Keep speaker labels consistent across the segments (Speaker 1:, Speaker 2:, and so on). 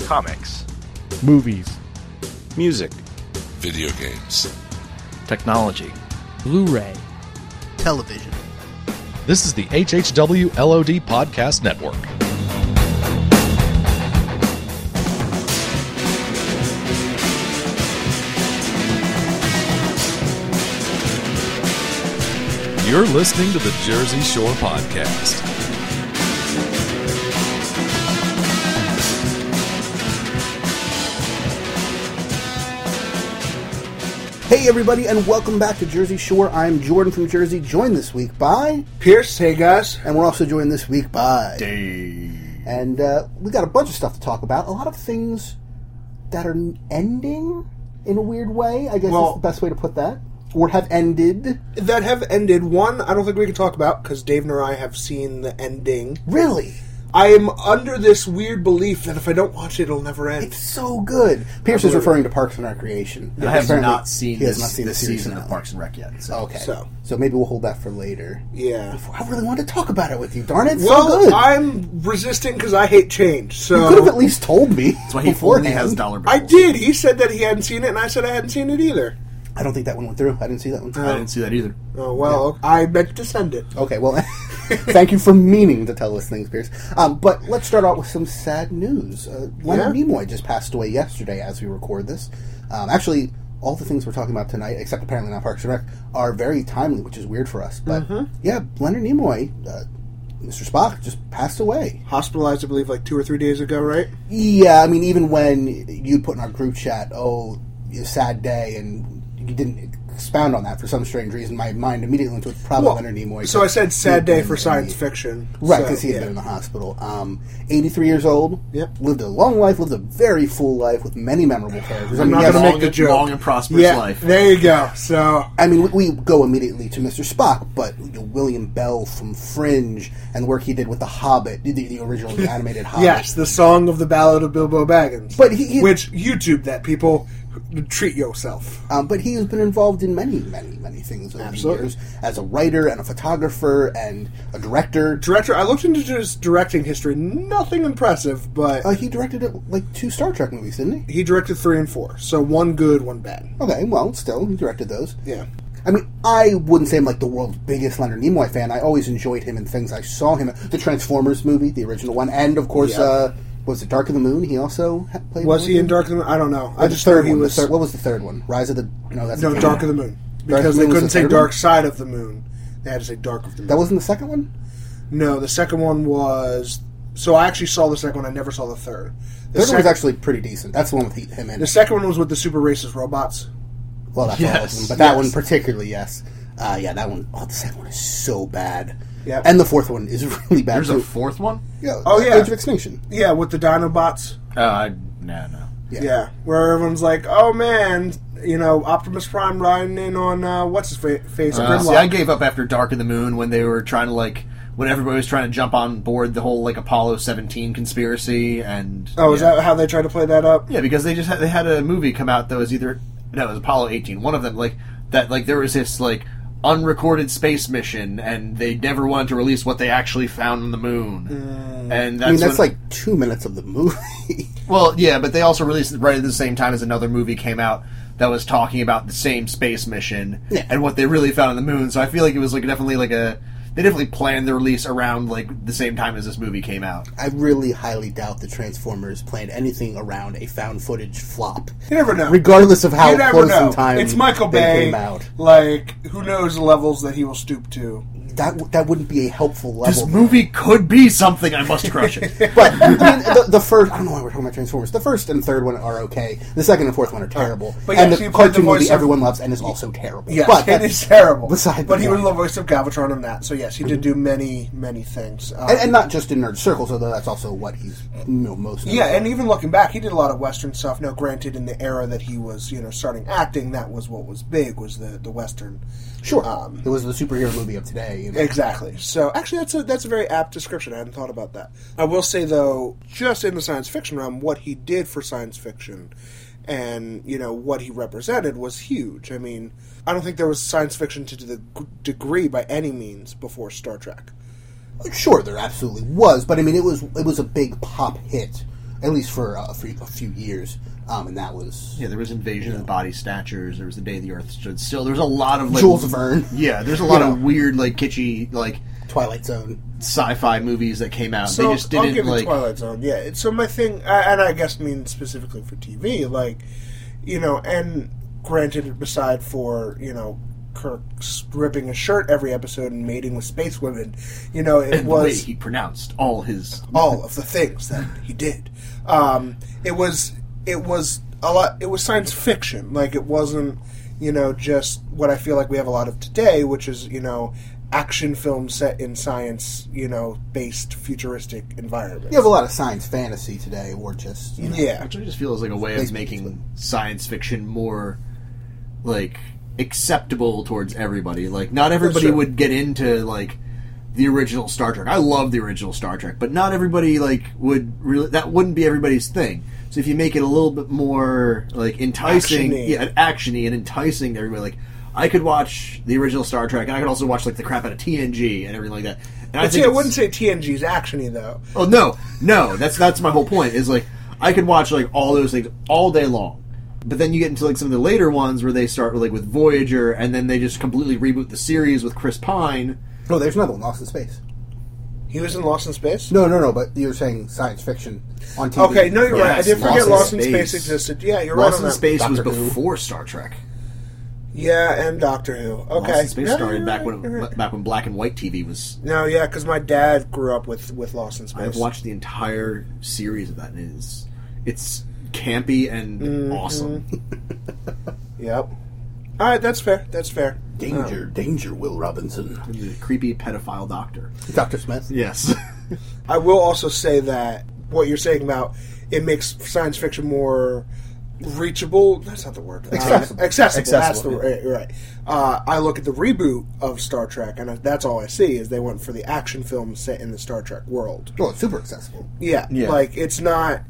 Speaker 1: comics,
Speaker 2: movies,
Speaker 3: music,
Speaker 4: video games.
Speaker 5: technology,
Speaker 6: Blu ray.
Speaker 7: television.
Speaker 8: This is the HHW LOD Podcast Network. You're listening to the Jersey Shore Podcast.
Speaker 9: Hey, everybody, and welcome back to Jersey Shore. I'm Jordan from Jersey, joined this week by
Speaker 10: Pierce, hey guys.
Speaker 9: and we're also joined this week by Dave. And uh, we got a bunch of stuff to talk about. A lot of things that are ending in a weird way. I guess
Speaker 10: Well-
Speaker 9: is the best way to put that, or have ended.
Speaker 10: That have ended. One, I don't think we can talk about because Dave and I have seen the ending.
Speaker 9: Really,
Speaker 10: I am under this weird belief that if I don't watch it, it'll never end.
Speaker 9: it's so good. Pierce is referring to Parks and Recreation.
Speaker 11: I have
Speaker 9: Apparently,
Speaker 11: not seen
Speaker 9: He has
Speaker 11: this,
Speaker 9: not seen
Speaker 11: this
Speaker 9: the series
Speaker 11: season of
Speaker 9: finale.
Speaker 11: Parks and Rec yet. So.
Speaker 9: Okay, so.
Speaker 10: So.
Speaker 9: maybe we'll hold that for later.
Speaker 10: yeah.
Speaker 9: I really wanted to talk about it with you. Darn it, it's
Speaker 10: well,
Speaker 9: so good.
Speaker 10: I'm resisting because I hate change.
Speaker 9: you could have at
Speaker 10: So
Speaker 9: least told me.
Speaker 11: That's why he
Speaker 9: beforehand.
Speaker 11: only has dollar bills.
Speaker 10: I did. He said that he hadn't seen it, and I said I hadn't seen it either.
Speaker 9: I don't think that one went through. I didn't see that one.
Speaker 11: I didn't see that either.
Speaker 10: Oh well, I meant to send it.
Speaker 9: Okay, well, thank you for meaning to tell us things, Pierce. Um, but let's start out with some sad news. Uh, Leonard
Speaker 10: Yeah.
Speaker 9: Nimoy just passed away yesterday as we record this. Um, actually, all the things we're talking about tonight, except apparently not Parks and Rec, are very timely, which is weird for us. But
Speaker 11: Mm-hmm.
Speaker 9: yeah, Leonard Nimoy, uh, Mr. Spock, just passed away.
Speaker 10: Hospitalized, I believe, like two or three days ago, right?
Speaker 9: Yeah, I mean, even when you'd put in our group chat, oh, a sad day, and you didn't expound on that for some strange reason, my mind immediately went to probably
Speaker 10: Well,
Speaker 9: Leonard Nimoy.
Speaker 10: So I said sad day for science
Speaker 9: fiction.
Speaker 10: fiction.
Speaker 9: Right,
Speaker 10: So,
Speaker 9: because he had
Speaker 10: yeah.
Speaker 9: been in the hospital. Um, 83 years old.
Speaker 10: Yep.
Speaker 9: Lived a long life, lived a very full life with many memorable characters. I
Speaker 10: I'm
Speaker 9: mean,
Speaker 10: not
Speaker 9: yes,
Speaker 10: gonna
Speaker 11: long,
Speaker 10: make the
Speaker 11: and-
Speaker 10: joke.
Speaker 11: long and prosperous
Speaker 10: Yeah,
Speaker 11: life.
Speaker 10: there you go. So
Speaker 9: I mean, we we go immediately to Mr. Spock, but you know, William Bell from Fringe and the work he did with The Hobbit, the, the original the animated Hobbit.
Speaker 10: Yes, the song of the Ballad of Bilbo Baggins.
Speaker 9: But he- he-
Speaker 10: which YouTube that people treat yourself.
Speaker 9: Um, but he has been involved in many, many, many things over
Speaker 10: Absolutely.
Speaker 9: the years as a writer and a photographer and a director.
Speaker 10: Director, I looked into his directing history. Nothing impressive, but
Speaker 9: Uh, he directed uh, like two Star Trek movies, didn't he?
Speaker 10: he directed three and four. So one good, one bad.
Speaker 9: Okay, well, still, he directed those.
Speaker 10: Yeah,
Speaker 9: I mean, I wouldn't say I'm like the world's biggest Leonard Nimoy fan. I always enjoyed him in things I saw him in. The Transformers movie, the original one, and of course,
Speaker 10: Yeah.
Speaker 9: uh, was it Dark of the Moon? He also ha- played.
Speaker 10: was
Speaker 9: one
Speaker 10: he
Speaker 9: of
Speaker 10: in
Speaker 9: them?
Speaker 10: Dark of the Moon? I don't know.
Speaker 9: Or
Speaker 10: I
Speaker 9: the
Speaker 10: just
Speaker 9: third
Speaker 10: heard he
Speaker 9: one.
Speaker 10: was
Speaker 9: the third, what was the third one? Rise of the no, that's
Speaker 10: no
Speaker 9: the-
Speaker 10: Dark of the Moon
Speaker 9: Dark of
Speaker 10: because
Speaker 9: the
Speaker 10: they
Speaker 9: Moon was
Speaker 10: couldn't
Speaker 9: the
Speaker 10: say
Speaker 9: third
Speaker 10: Dark
Speaker 9: one?
Speaker 10: Side of the Moon. They had to say Dark of the Moon.
Speaker 9: That wasn't the second one.
Speaker 10: no, the second one was. So I actually saw the second one. I never saw the third. The
Speaker 9: The third one was
Speaker 10: second-
Speaker 9: actually pretty decent. That's the one with he- him in.
Speaker 10: the
Speaker 9: it.
Speaker 10: second one was with the super racist robots.
Speaker 9: Well, that's all of
Speaker 11: Yes,
Speaker 9: them, but that
Speaker 10: yes.
Speaker 9: one particularly, yes. Uh, yeah, that one. Oh, the second one is so bad.
Speaker 10: Yep.
Speaker 9: And the fourth one is really bad
Speaker 11: There's
Speaker 9: too.
Speaker 11: a fourth one?
Speaker 9: yeah,
Speaker 10: Oh, yeah.
Speaker 9: Age of Extinction.
Speaker 10: Yeah, with the Dinobots.
Speaker 11: Uh, I, no, no.
Speaker 9: Yeah.
Speaker 10: Yeah. where everyone's like, "Oh man, you know, Optimus Prime riding in on uh, what's his fa- face,
Speaker 11: Uh,
Speaker 10: Grimlock."
Speaker 11: see, I gave up after Dark of the Moon when they were trying to, like, when everybody was trying to jump on board the whole, like, Apollo 17 conspiracy and.
Speaker 10: oh, is
Speaker 11: yeah.
Speaker 10: that how they tried to play that up?
Speaker 11: Yeah, because they just had, they had a movie come out that was either no, it was Apollo 18. One of them like that like there was this like unrecorded space mission and they never wanted to release what they actually found on the moon. And that's,
Speaker 9: Mm. I mean, that's
Speaker 11: when-
Speaker 9: like two minutes of the movie.
Speaker 11: well, yeah, but they also released it right at the same time as another movie came out that was talking about the same space mission
Speaker 9: Yeah.
Speaker 11: and what they really found on the moon. So I feel like it was like definitely like a they definitely planned the release around like the same time as this movie came out.
Speaker 9: I really highly doubt the Transformers planned anything around a found footage flop.
Speaker 10: You never know.
Speaker 9: Regardless of how
Speaker 10: you never
Speaker 9: close
Speaker 10: know.
Speaker 9: in time
Speaker 10: it's Michael
Speaker 9: they
Speaker 10: Bay.
Speaker 9: came out,
Speaker 10: Like, who knows the levels that he will stoop to?
Speaker 9: that w- that wouldn't be a helpful
Speaker 11: This
Speaker 9: level.
Speaker 11: movie could be something. I must crush it.
Speaker 9: but I mean, the, the first I don't know why we're talking about Transformers. The first and third one are okay. The second and fourth one are terrible.
Speaker 10: But yeah,
Speaker 9: and
Speaker 10: so
Speaker 9: the
Speaker 10: you played the
Speaker 9: cartoon movie
Speaker 10: voice of-
Speaker 9: everyone loves and is also terrible.
Speaker 10: Yes,
Speaker 9: but
Speaker 10: it
Speaker 9: that's-
Speaker 10: is terrible.
Speaker 9: beside the
Speaker 10: but he was
Speaker 9: point. Mm-hmm.
Speaker 10: the voice of Galvatron on that. So yes, he did do many, many things. Um,
Speaker 9: And, and not just in nerd circles, although that's also what he's you know, most. known
Speaker 10: yeah,
Speaker 9: for.
Speaker 10: and even looking back, he did a lot of Western stuff. Now, granted, in the era that he was, you know, starting acting, that was what was big was the the Western.
Speaker 9: sure,
Speaker 10: um,
Speaker 9: it was the superhero movie of today. You know?
Speaker 10: Exactly. So actually, that's a that's a very apt description. I hadn't thought about that. I will say though, just in the science fiction realm, what he did for science fiction, and you know what he represented was huge. I mean, I don't think there was science fiction to the g- degree by any means before Star Trek.
Speaker 9: Sure, there absolutely was, but I mean, it was it was a big pop hit. at least for, uh, for a few years. Um, and that was
Speaker 11: Yeah, there was Invasion of the Body Snatchers. There was The Day the Earth Stood Still. There was a lot of like
Speaker 9: Jules Verne,
Speaker 11: Yeah, there's a lot
Speaker 9: You
Speaker 11: of
Speaker 9: know.
Speaker 11: weird like kitschy like
Speaker 9: Twilight Zone.
Speaker 11: sci-fi movies that came out.
Speaker 10: So
Speaker 11: they just
Speaker 10: I'll
Speaker 11: didn't
Speaker 10: give it
Speaker 11: like
Speaker 10: Twilight Zone. Yeah. it's- So my thing, I- and I guess mean specifically for TV, like you know, and granted, beside for you know. Kirk ripping his shirt every episode and mating with space women. You know, it
Speaker 11: the way
Speaker 10: was
Speaker 11: he pronounced all his
Speaker 10: all of the things that he did. Um, it was it was a lot. It was science fiction. Like it wasn't you know just what I feel like we have a lot of today, which is you know action films set in science you know based futuristic environment.
Speaker 9: You have a lot of science fantasy today, or just you know,
Speaker 10: yeah.
Speaker 11: Which I just feel is like a way of
Speaker 9: Space
Speaker 11: making science fiction more like acceptable towards everybody. Like not everybody
Speaker 10: sure.
Speaker 11: would get into like the original Star Trek. I love the original Star Trek, but not everybody like would really that wouldn't be everybody's thing. So if you make it a little bit more like enticing,
Speaker 10: Action-y.
Speaker 11: yeah, actiony and enticing to everybody like I could watch the original Star Trek and I could also watch like the crap out of TNG and everything like that. And I
Speaker 10: But see,
Speaker 11: think it's-
Speaker 10: I wouldn't say TNG's actiony though.
Speaker 11: Oh no, no. That's that's my whole point. Is like I could watch like all those things all day long, but then you get into like some of the later ones where they start like with Voyager, and then they just completely reboot the series with Chris Pine.
Speaker 9: No, there's another one, Lost in Space.
Speaker 10: He was in Lost in Space.
Speaker 9: No, no, no. But you were saying science fiction on TV.
Speaker 10: Okay, no, you're right. I
Speaker 11: Yes,
Speaker 10: did forget
Speaker 11: Lost
Speaker 10: Lost
Speaker 11: in
Speaker 10: in
Speaker 11: Space.
Speaker 10: Space, existed. Yeah, you're
Speaker 11: Lost
Speaker 10: right.
Speaker 11: in
Speaker 10: on that.
Speaker 11: Space was
Speaker 9: Doctor Who.
Speaker 11: before Star Trek.
Speaker 10: Yeah, and Doctor Who. Okay,
Speaker 11: Lost in Space
Speaker 10: No,
Speaker 11: started
Speaker 10: you're
Speaker 11: back
Speaker 10: right,
Speaker 11: when
Speaker 10: you're right.
Speaker 11: back when black and white TV was.
Speaker 10: No, yeah, because my dad grew up with with Lost in Space.
Speaker 11: I've watched the entire series of that, and it's it's campy and
Speaker 10: Mm-hmm.
Speaker 11: awesome.
Speaker 10: Yep. All right, that's fair. That's fair.
Speaker 9: danger, danger, Will Robinson,
Speaker 11: The creepy pedophile doctor.
Speaker 9: Doctor Smith.
Speaker 11: Yes.
Speaker 10: I will also say that what you're saying about it makes science fiction more reachable. That's not the word. Uh,
Speaker 9: Accessible.
Speaker 10: accessible. That's the
Speaker 11: Accessible,
Speaker 10: word. Right. right. Uh, I look at the reboot of Star Trek, and that's all I see is they went for the action film set in the Star Trek world.
Speaker 9: Well, Oh, it's super accessible.
Speaker 10: Yeah.
Speaker 11: Yeah.
Speaker 10: Like it's not.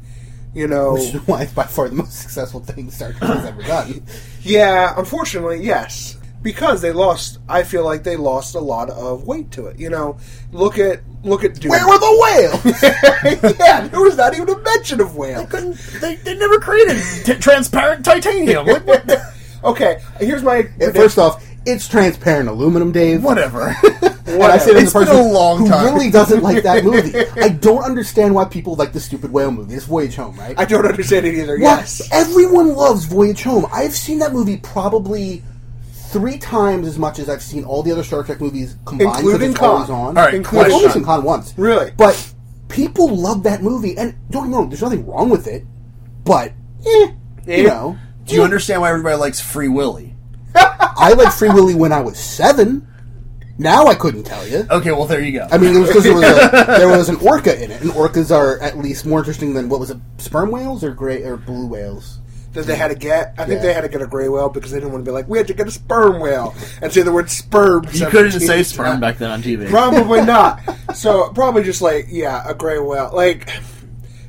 Speaker 10: You know,
Speaker 9: Which is why it's by far the most successful thing Star Trek has ever done.
Speaker 10: Yeah, unfortunately, yes. Because they lost, I feel like they lost a lot of weight to it. You know, look at look at Dune.
Speaker 9: Where were the whales?
Speaker 10: yeah, there was not even a mention of whale.
Speaker 11: they, they never created t- transparent titanium. What- what-
Speaker 10: Okay, here's my
Speaker 9: And first off, it's transparent aluminum, Dave.
Speaker 11: whatever.
Speaker 9: And I say that
Speaker 11: It's
Speaker 9: as a person
Speaker 11: been a long
Speaker 9: who
Speaker 11: time.
Speaker 9: really doesn't like that movie. I don't understand why people like the stupid whale movie. It's Voyage Home, right?
Speaker 10: I don't understand it either.
Speaker 9: Why-
Speaker 10: Yes,
Speaker 9: Everyone loves Voyage Home. I've seen that movie probably three times as much as I've seen all the other Star Trek movies combined. 'cause
Speaker 10: Including
Speaker 9: it's always
Speaker 10: Khan.
Speaker 9: on.
Speaker 10: All right,
Speaker 9: including I've only
Speaker 10: question.
Speaker 9: seen Khan once.
Speaker 10: Really?
Speaker 9: But people love that movie. And don't get me wrong, there's nothing wrong with it. But, eh, you know.
Speaker 11: Do you understand why everybody likes Free Willy?
Speaker 9: I liked Free Willy when I was seven. Now I couldn't tell you.
Speaker 11: Okay, well there you go.
Speaker 9: I mean, it was because there, was a- there was an orca in it, and orcas are at least more interesting than what was it, sperm whales or gray or blue whales?
Speaker 10: that they had to get. I think
Speaker 9: Yeah.
Speaker 10: they had to get a gray whale because they didn't want to be like we had to get a sperm whale and say the word sperm.
Speaker 11: you couldn't say
Speaker 10: 17
Speaker 11: sperm back then on TV.
Speaker 10: Probably not. So probably just like yeah, a gray whale. Like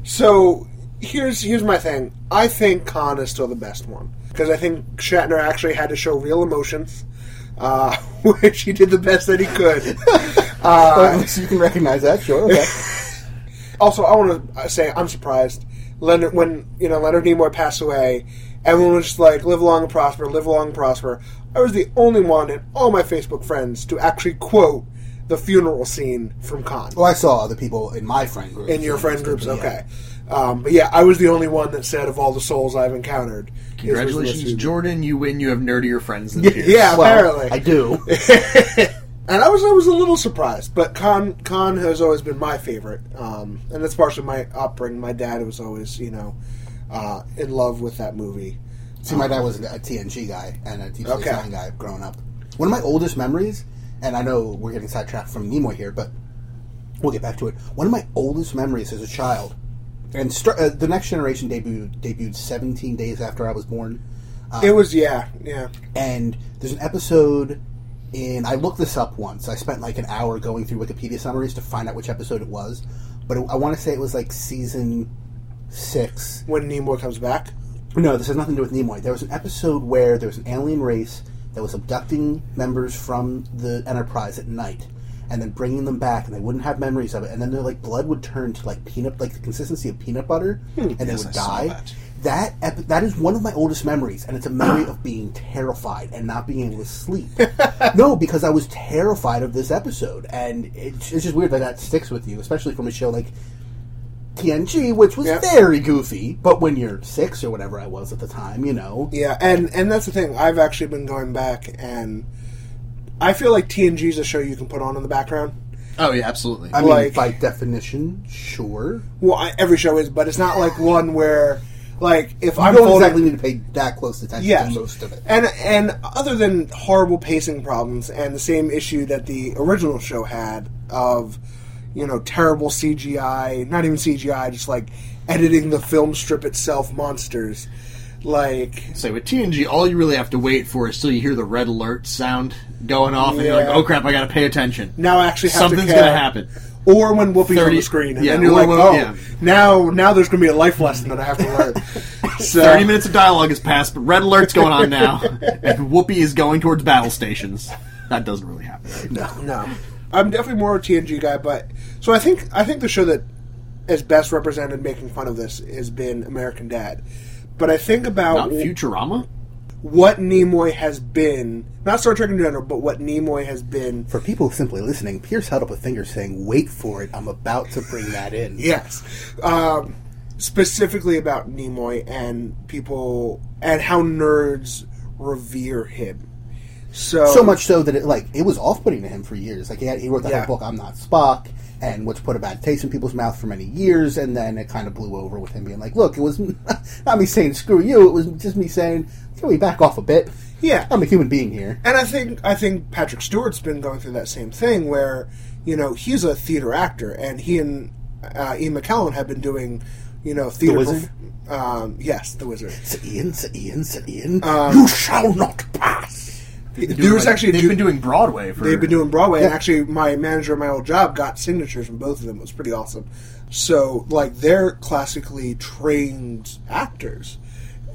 Speaker 10: so here's here's my thing. I think Khan is still the best one because I think Shatner actually had to show real emotions, uh, which he did the best that he could.
Speaker 9: Or
Speaker 10: Uh,
Speaker 9: at least Uh, you can recognize that, sure. Okay.
Speaker 10: also, I want to say I'm surprised Leonard when you know Leonard Nimoy passed away. Everyone was just like, "Live long and prosper, live long and prosper." I was the only one in all my Facebook friends to actually quote the funeral scene from Khan.
Speaker 9: well, I saw other people in my friend group.
Speaker 10: in your friend groups. Okay, um, but yeah, I was the only one that said of all the souls I've encountered. his was the most
Speaker 11: Congratulations,
Speaker 10: human.
Speaker 11: Jordan! You win. You have nerdier friends than you.
Speaker 10: Yeah,
Speaker 9: Well,
Speaker 10: apparently
Speaker 9: I do.
Speaker 10: and I was I was a little surprised, but Khan Khan has always been my favorite, um, and that's partially my upbringing. My dad was always you know uh, in love with that movie.
Speaker 9: See, my dad was a TNG guy and a deep space
Speaker 10: Okay.
Speaker 9: nine guy growing up. One of my oldest memories, and I know we're getting sidetracked from Nimoy here, but we'll get back to it. One of my oldest memories as a child, and Star, uh, the Next Generation debuted debuted 17 days after I was born. Uh,
Speaker 10: It was yeah yeah
Speaker 9: and there's an episode in I looked this up once. I spent like an hour going through Wikipedia summaries to find out which episode it was, but it, I want to say it was like season six.
Speaker 10: when Nimoy comes back.
Speaker 9: No, this has nothing to do with Nimoy. There was an episode where there was an alien race that was abducting members from the Enterprise at night, and then bringing them back, and they wouldn't have memories of it, and then their like blood would turn to like peanut, like the consistency of peanut butter, and they
Speaker 1: Hmm. Yes,
Speaker 9: would
Speaker 1: I saw
Speaker 9: die.
Speaker 1: that.
Speaker 9: That epi- that is one of my oldest memories, and it's a memory of being terrified and not being able to sleep. no, because I was terrified of this episode, and it's, it's just weird that that sticks with you, especially from a show like TNG, which was
Speaker 10: Yeah.
Speaker 9: very goofy. But when you're six or whatever I was at the time, you know,
Speaker 10: Yeah, and and that's the thing. I've actually been going back, and I feel like TNG is a show you can put on in the background.
Speaker 11: Oh yeah, absolutely.
Speaker 9: I mean,
Speaker 10: Like-
Speaker 9: by definition, sure.
Speaker 10: Well, I, every show is, but it's not like one where, like, if
Speaker 9: I
Speaker 10: I'm
Speaker 9: don't
Speaker 10: folding-
Speaker 9: exactly need to pay that close attention
Speaker 10: yeah,
Speaker 9: to most of it.
Speaker 10: And and other than horrible pacing problems and the same issue that the original show had of, you know, terrible CGI, not even CGI, just like editing the film strip itself, monsters, like.
Speaker 11: So with TNG, all you really have to wait for is till you hear the red alert sound going off, and you're like,
Speaker 10: Yeah.
Speaker 11: "Oh crap, I gotta pay attention."
Speaker 10: Now I actually have
Speaker 11: something's
Speaker 10: to
Speaker 11: gonna
Speaker 10: care.
Speaker 11: happen.
Speaker 10: Or when Whoopi's on
Speaker 11: 30
Speaker 10: the screen, and
Speaker 11: yeah,
Speaker 10: then you're
Speaker 11: or
Speaker 10: like,
Speaker 11: when-
Speaker 10: oh,
Speaker 11: yeah.
Speaker 10: now now there's going to be a life lesson that I have to learn. So,
Speaker 11: Thirty minutes of dialogue has passed, but red alert's going on now, and Whoopi is going towards battle stations. That doesn't really happen.
Speaker 10: No, I'm definitely more a TNG guy, but so I think I think the show that is best represented making fun of this has been American Dad. But I think
Speaker 11: Not
Speaker 10: about
Speaker 11: Futurama.
Speaker 10: what Nimoy has been, not Star Trek in general, but what Nimoy has been.
Speaker 9: For people simply listening, Pierce held up a finger saying, "Wait for it! I'm about to bring that in."
Speaker 10: Yes, um, specifically about Nimoy and people and how nerds revere him. So
Speaker 9: So much so that it like it was off-putting to him for years. Like he, had, he wrote that
Speaker 10: Yeah.
Speaker 9: whole book, "I'm Not Spock," and which put a bad taste in people's mouth for many years. And then it kind of blew over with him being like, "Look, it was not me saying screw you. It was just me saying, can we back off a bit?
Speaker 10: Yeah.
Speaker 9: I'm a human being here."
Speaker 10: And I think I think Patrick Stewart's been going through that same thing where, you know, he's a theater actor, and he and uh, Ian McKellen have been doing, you know, theater.
Speaker 9: Wizard?
Speaker 10: perf- um, yes, the wizard.
Speaker 9: Sir Ian, Sir Ian, Sir Ian, you shall not pass.
Speaker 10: There was
Speaker 11: Like,
Speaker 10: actually a
Speaker 11: they've
Speaker 10: dude-
Speaker 11: been doing Broadway for
Speaker 10: they've been doing Broadway, and
Speaker 9: Yeah.
Speaker 10: actually, my manager at my old job got signatures from both of them. It was pretty awesome. So, like, they're classically trained actors,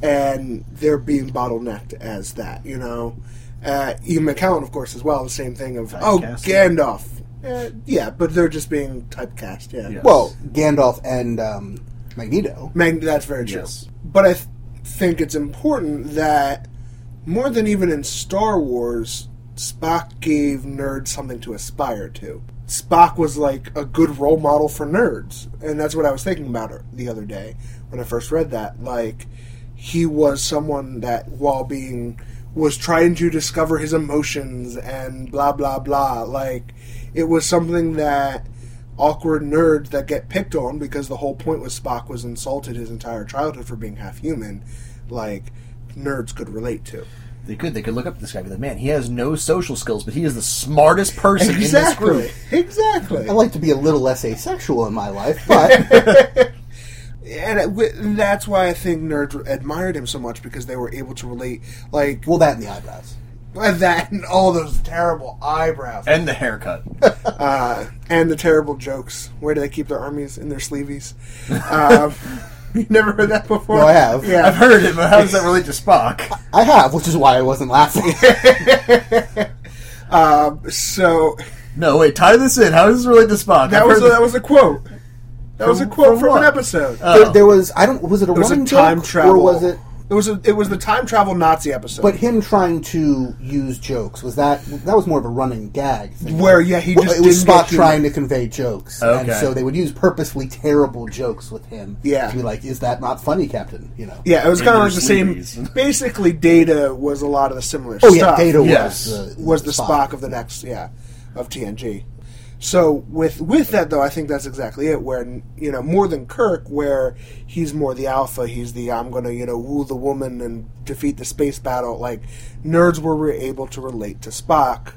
Speaker 10: and they're being bottlenecked as that, you know. Uh, Ian McKellen, of course, as well. The same thing of oh
Speaker 11: Typecast.
Speaker 10: Gandalf, uh, yeah, but they're just being typecast. Yeah,
Speaker 11: Yeah.
Speaker 9: Well, Gandalf and um, Magneto.
Speaker 10: Mag- that's very true.
Speaker 11: Yes.
Speaker 10: But I th- think it's important that more than even in Star Wars, Spock gave nerds something to aspire to. Spock was like a good role model for nerds, and that's what I was thinking about it the other day when I first read that. Like, he was someone that, while being, was trying to discover his emotions and blah blah blah. Like, it was something that awkward nerds that get picked on because the whole point was Spock was insulted his entire childhood for being half human. Like, nerds could relate to.
Speaker 11: They could. They could look up at this guy. and Be like, man, he has no social skills, but he is the smartest person in this
Speaker 10: Exactly.
Speaker 11: group.
Speaker 10: Exactly.
Speaker 9: I like to be a little less asexual in my life, but
Speaker 10: And it, wi- and that's why I think nerds admired him so much because they were able to relate, like,
Speaker 9: well, that and the eyebrows.
Speaker 10: with that and all those terrible eyebrows.
Speaker 11: And the haircut.
Speaker 10: and the terrible jokes. Where do they keep their armies? In their sleeveys. Um, you never heard that before?
Speaker 9: No, I have.
Speaker 10: Yeah.
Speaker 11: I've heard it, but how does that relate to Spock?
Speaker 9: I have, which is why I wasn't laughing.
Speaker 10: So
Speaker 11: No, wait. Tie this in. How does this relate to Spock?
Speaker 10: that
Speaker 11: I've
Speaker 10: was
Speaker 11: heard
Speaker 10: a,
Speaker 11: this-
Speaker 10: that was a quote. That was a
Speaker 11: From-
Speaker 10: quote
Speaker 11: from
Speaker 10: from, an
Speaker 11: what?
Speaker 10: episode.
Speaker 9: there, there was I don't was it a
Speaker 10: it was
Speaker 9: Uh, running
Speaker 10: a time
Speaker 9: joke
Speaker 10: travel.
Speaker 9: or was it?
Speaker 10: It was a, it was the time travel Nazi episode.
Speaker 9: But him trying to use jokes was that that was more of a running gag. Thing.
Speaker 10: where yeah, he
Speaker 9: Well,
Speaker 10: just
Speaker 9: it was
Speaker 10: didn't
Speaker 9: Spock
Speaker 10: get to-
Speaker 9: trying to convey jokes, and
Speaker 11: Okay.
Speaker 9: so they would use purposely terrible jokes with him.
Speaker 10: Yeah.
Speaker 9: to be like, "Is that not funny, Captain?" You know.
Speaker 10: Yeah, it was kind of like the same.
Speaker 11: sleeveys.
Speaker 10: Basically, Data was a lot of the similar.
Speaker 9: Oh yeah,
Speaker 10: stuff.
Speaker 9: Data
Speaker 11: Yes.
Speaker 9: was the,
Speaker 10: was the Spock. of the next yeah of TNG. So with with that though, I think that's exactly it. Where you know more than Kirk, where he's more the alpha. He's the I'm gonna you know woo the woman and defeat the space battle. Like nerds were able to relate to Spock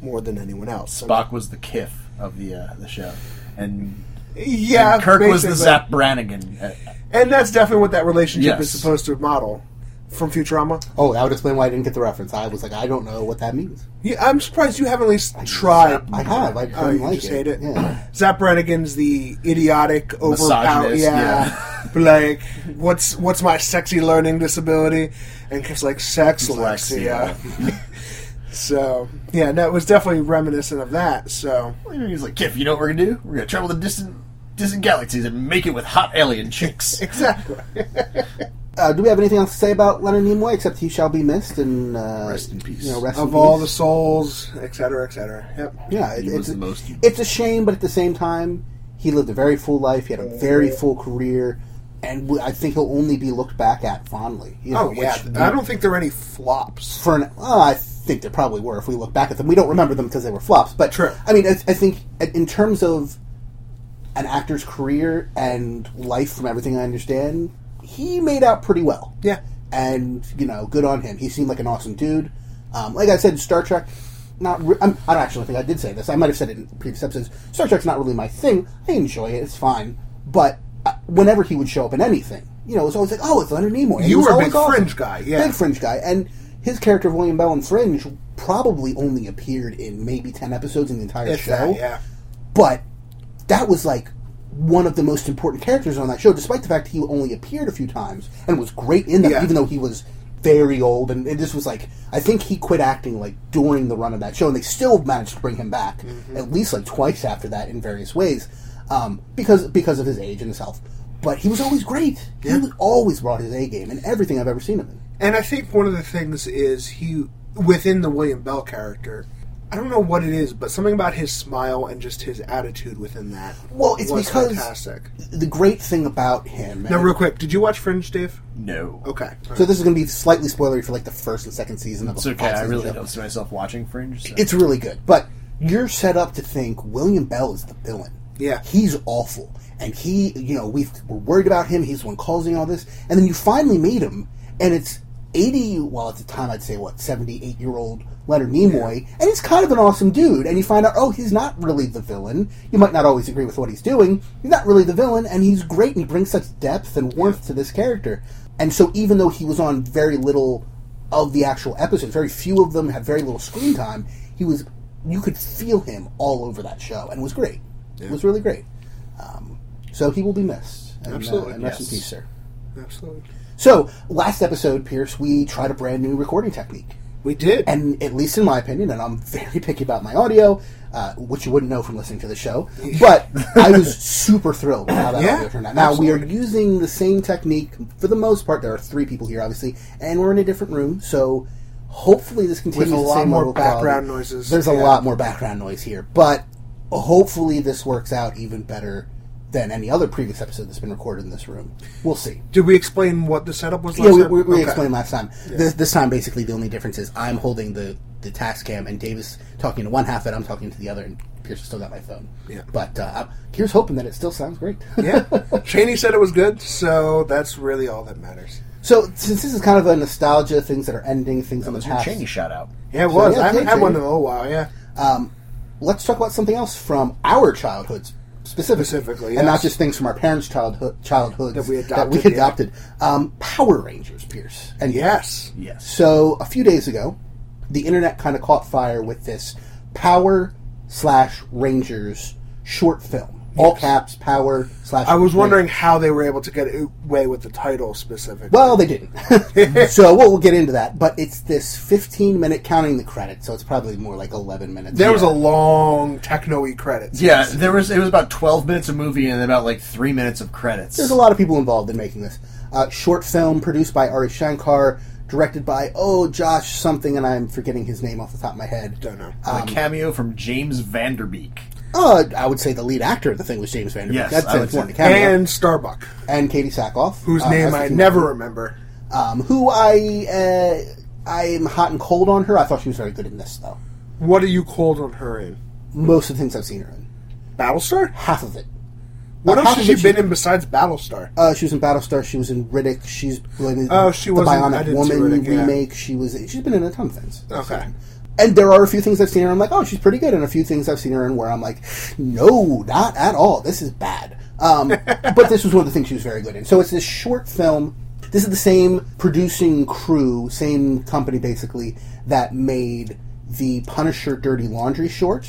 Speaker 10: more than anyone else.
Speaker 11: Spock was the Kiff of the uh, the show, and
Speaker 10: yeah,
Speaker 11: Kirk was the
Speaker 10: basically.
Speaker 11: Zap Brannigan. Uh,
Speaker 10: and that's definitely what that relationship
Speaker 11: Yes.
Speaker 10: is supposed to model from Futurama.
Speaker 9: Oh, that would explain why I didn't get the reference. I was like, I don't know what that means.
Speaker 10: Yeah, I'm surprised you haven't at least tried.
Speaker 9: I have. I
Speaker 10: Oh,
Speaker 9: don't
Speaker 10: you
Speaker 9: like
Speaker 10: just
Speaker 9: it.
Speaker 10: hate it.
Speaker 9: Yeah.
Speaker 10: Zap Brannigan's the idiotic, overpowered,
Speaker 11: Misogynist,
Speaker 10: yeah. like, what's what's my sexy learning disability? And Kip's like, sex
Speaker 11: Dyslexia.
Speaker 10: lexia. So yeah, no, it was definitely reminiscent of that. So
Speaker 11: He's like, Kif, you know what we're gonna do? We're gonna travel to distant distant galaxies and make it with hot alien chicks.
Speaker 10: exactly.
Speaker 9: Uh, do we have anything else to say about Leonard Nimoy except he shall be missed and uh,
Speaker 11: Rest in peace.
Speaker 9: You know, rest in
Speaker 10: of all the
Speaker 9: peace.
Speaker 10: souls, et cetera, et cetera. Yep.
Speaker 9: yeah, it,
Speaker 11: He
Speaker 9: it's
Speaker 11: was
Speaker 9: a,
Speaker 11: the most.
Speaker 9: it's a shame, but at the same time, he lived a very full life. He had a very full career, and w- I think he'll only be looked back at fondly. You know,
Speaker 10: Oh yeah,
Speaker 9: which-
Speaker 10: I don't think there are any flops.
Speaker 9: for an, well, I think there probably were. If we look back at them, we don't remember them because they were flops. But
Speaker 10: True.
Speaker 9: I mean, I, I think in terms of an actor's career and life, from everything I understand, he made out pretty well.
Speaker 10: Yeah.
Speaker 9: and you know, good on him. He seemed like an awesome dude. Um, like I said, Star Trek. Not re- I'm, I don't actually think I did say this. I might have said it in previous episodes. Star Trek's not really my thing. I enjoy it. It's fine. But uh, whenever he would show up in anything, you know, it was always like, oh, it's Leonard Nimoy.
Speaker 10: You
Speaker 9: He was
Speaker 10: were a
Speaker 9: always
Speaker 10: big Fringe guy, yeah.
Speaker 9: Big Fringe guy, and his character of William Bell in Fringe probably only appeared in maybe ten episodes in the entire
Speaker 10: If
Speaker 9: show.
Speaker 10: that, yeah.
Speaker 9: But that was like one of the most important characters on that show, despite the fact he only appeared a few times and was great in them,
Speaker 10: Yeah.
Speaker 9: even though he was very old. And, and this was like, I think he quit acting like during the run of that show, and they still managed to bring him back
Speaker 10: Mm-hmm.
Speaker 9: at least like twice after that in various ways um, because because of his age and his health. But he was always great. He was always brought his A game in everything I've ever seen of him.
Speaker 10: And I think one of the things is he within the William Bell character. I don't know what it is, but something about his smile and just his attitude within that.
Speaker 9: Well, it's
Speaker 10: was
Speaker 9: because-
Speaker 10: fantastic.
Speaker 9: The great thing about him.
Speaker 10: Now, real quick, did you watch Fringe, Dave?
Speaker 11: No.
Speaker 10: Okay.
Speaker 9: so this is going to be slightly spoilery for like the first and second season of
Speaker 11: It's
Speaker 9: a
Speaker 11: okay. I
Speaker 9: five-season
Speaker 11: really
Speaker 9: show.
Speaker 11: don't see myself watching Fringe. So.
Speaker 9: it's really good. But you're set up to think William Bell is the villain.
Speaker 10: Yeah.
Speaker 9: he's awful, and he, you know, we've, we're worried about him. He's the one causing all this, and then you finally meet him, and it's eighty. Well, at the time, I'd say what seventy-eight year old Leonard Nimoy, and he's kind of an awesome dude. And you find out, oh, he's not really the villain. You might not always agree with what he's doing. He's not really the villain, and he's great, and he brings such depth and warmth to this character. And so, even though he was on very little of the actual episodes. Very few of them had very little screen time. He was, you could feel him all over that show, and it was great. It was really great. Um, so he will be missed. And, uh,
Speaker 10: Absolutely,
Speaker 9: and rest in
Speaker 11: yes.
Speaker 9: peace, sir.
Speaker 10: Absolutely.
Speaker 9: So last episode, Pierce, we tried a brand new recording technique,
Speaker 10: We did.
Speaker 9: and at least in my opinion, and I'm very picky about my audio, uh, which you wouldn't know from listening to the show. But I was super thrilled with how that
Speaker 10: Yeah,
Speaker 9: audio turned out. Now we are
Speaker 10: absolutely.
Speaker 9: using the same technique for the most part. There are three people here, obviously, and we're in a different room, so hopefully this continues
Speaker 10: a
Speaker 9: the
Speaker 10: lot
Speaker 9: same
Speaker 10: more
Speaker 9: level of quality.
Speaker 10: background noises,
Speaker 9: There's a
Speaker 10: yeah.
Speaker 9: lot more background noise here, but hopefully this works out even better than any other previous episode that's been recorded in this room. We'll see.
Speaker 10: did we explain what the setup was?
Speaker 9: Yeah,
Speaker 10: last
Speaker 9: we,
Speaker 10: time?
Speaker 9: we, we
Speaker 10: Okay.
Speaker 9: explained last time. This, this time, basically, the only difference is I'm holding the the task cam, and Davis talking to one half, and I'm talking to the other, and Pierce has still got my phone.
Speaker 10: Yeah.
Speaker 9: But uh, I'm- here's hoping that it still sounds great.
Speaker 10: yeah. Cheney said it was good, so that's really all that matters.
Speaker 9: so since this is kind of a nostalgia, things that are ending, things in
Speaker 11: That
Speaker 9: the
Speaker 11: was your
Speaker 9: past.
Speaker 11: Cheney shout out.
Speaker 10: Yeah, it was.
Speaker 9: yeah,
Speaker 10: I haven't
Speaker 9: thanks,
Speaker 10: had one in
Speaker 9: Cheney.
Speaker 10: a little while. Yeah.
Speaker 9: Um, let's talk about something else from our childhoods specifically,
Speaker 10: Specifically,
Speaker 9: and not
Speaker 10: yes.
Speaker 9: just things from our parents' childhood childhoods
Speaker 10: That we
Speaker 9: That
Speaker 10: adopted,
Speaker 9: we
Speaker 10: yeah.
Speaker 9: adopted. Um, Power Rangers, Pierce, and
Speaker 10: Yes.
Speaker 11: Yes.
Speaker 9: So a few days ago, the internet kind of caught fire with this Power slash Rangers short film, all caps Power slash.
Speaker 10: I was wondering
Speaker 9: Rangers.
Speaker 10: how they were able to get away with the title specifically.
Speaker 9: Well, they didn't. so we'll, we'll get into that. But it's this 15 minute counting the credits, so it's probably more like 11 minutes.
Speaker 10: there was a long techno-y credits.
Speaker 11: Yeah, there was. It was about twelve minutes of movie and then about like three minutes of credits.
Speaker 9: There's a lot of people involved in making this. Uh, short film produced by Ari Shankar, directed by oh Josh something, and I'm forgetting his name off the top of my head.
Speaker 10: Don't know.
Speaker 11: a cameo from James Vanderbeek.
Speaker 9: Uh, I would say the lead actor of the thing was James Vanderbeek.
Speaker 11: Yes,
Speaker 9: That's
Speaker 11: I would
Speaker 9: important
Speaker 11: say.
Speaker 9: to cameo.
Speaker 10: and Starbuck,
Speaker 9: and Katie Sackhoff,
Speaker 10: whose
Speaker 9: uh, as
Speaker 10: name
Speaker 9: the
Speaker 10: I
Speaker 9: female
Speaker 10: never
Speaker 9: lead,
Speaker 10: remember.
Speaker 9: um, who I uh, I'm hot and cold on her. I thought she was very good in this though.
Speaker 10: What are you called on her in?
Speaker 9: Most of the things I've seen her in,
Speaker 10: Battlestar?
Speaker 9: half of it.
Speaker 10: What
Speaker 9: Uh,
Speaker 10: else
Speaker 9: half
Speaker 10: has
Speaker 9: of
Speaker 10: she
Speaker 9: it
Speaker 10: been in besides Battlestar?
Speaker 9: Uh, she was in Battlestar. She was in Riddick. She's in
Speaker 10: Oh, she
Speaker 9: the
Speaker 10: was in- I
Speaker 9: Bionic
Speaker 10: didn't see
Speaker 9: Woman
Speaker 10: Riddick, yeah.
Speaker 9: remake. She was. She's been in a ton of things.
Speaker 10: Okay.
Speaker 9: And there are a few things I've seen her. I'm like, oh, she's pretty good. And a few things I've seen her in where I'm like, no, not at all. This is bad. Um, but this was one of the things she was very good in. So it's this short film. This is the same producing crew, same company basically that made the Punisher Dirty Laundry short.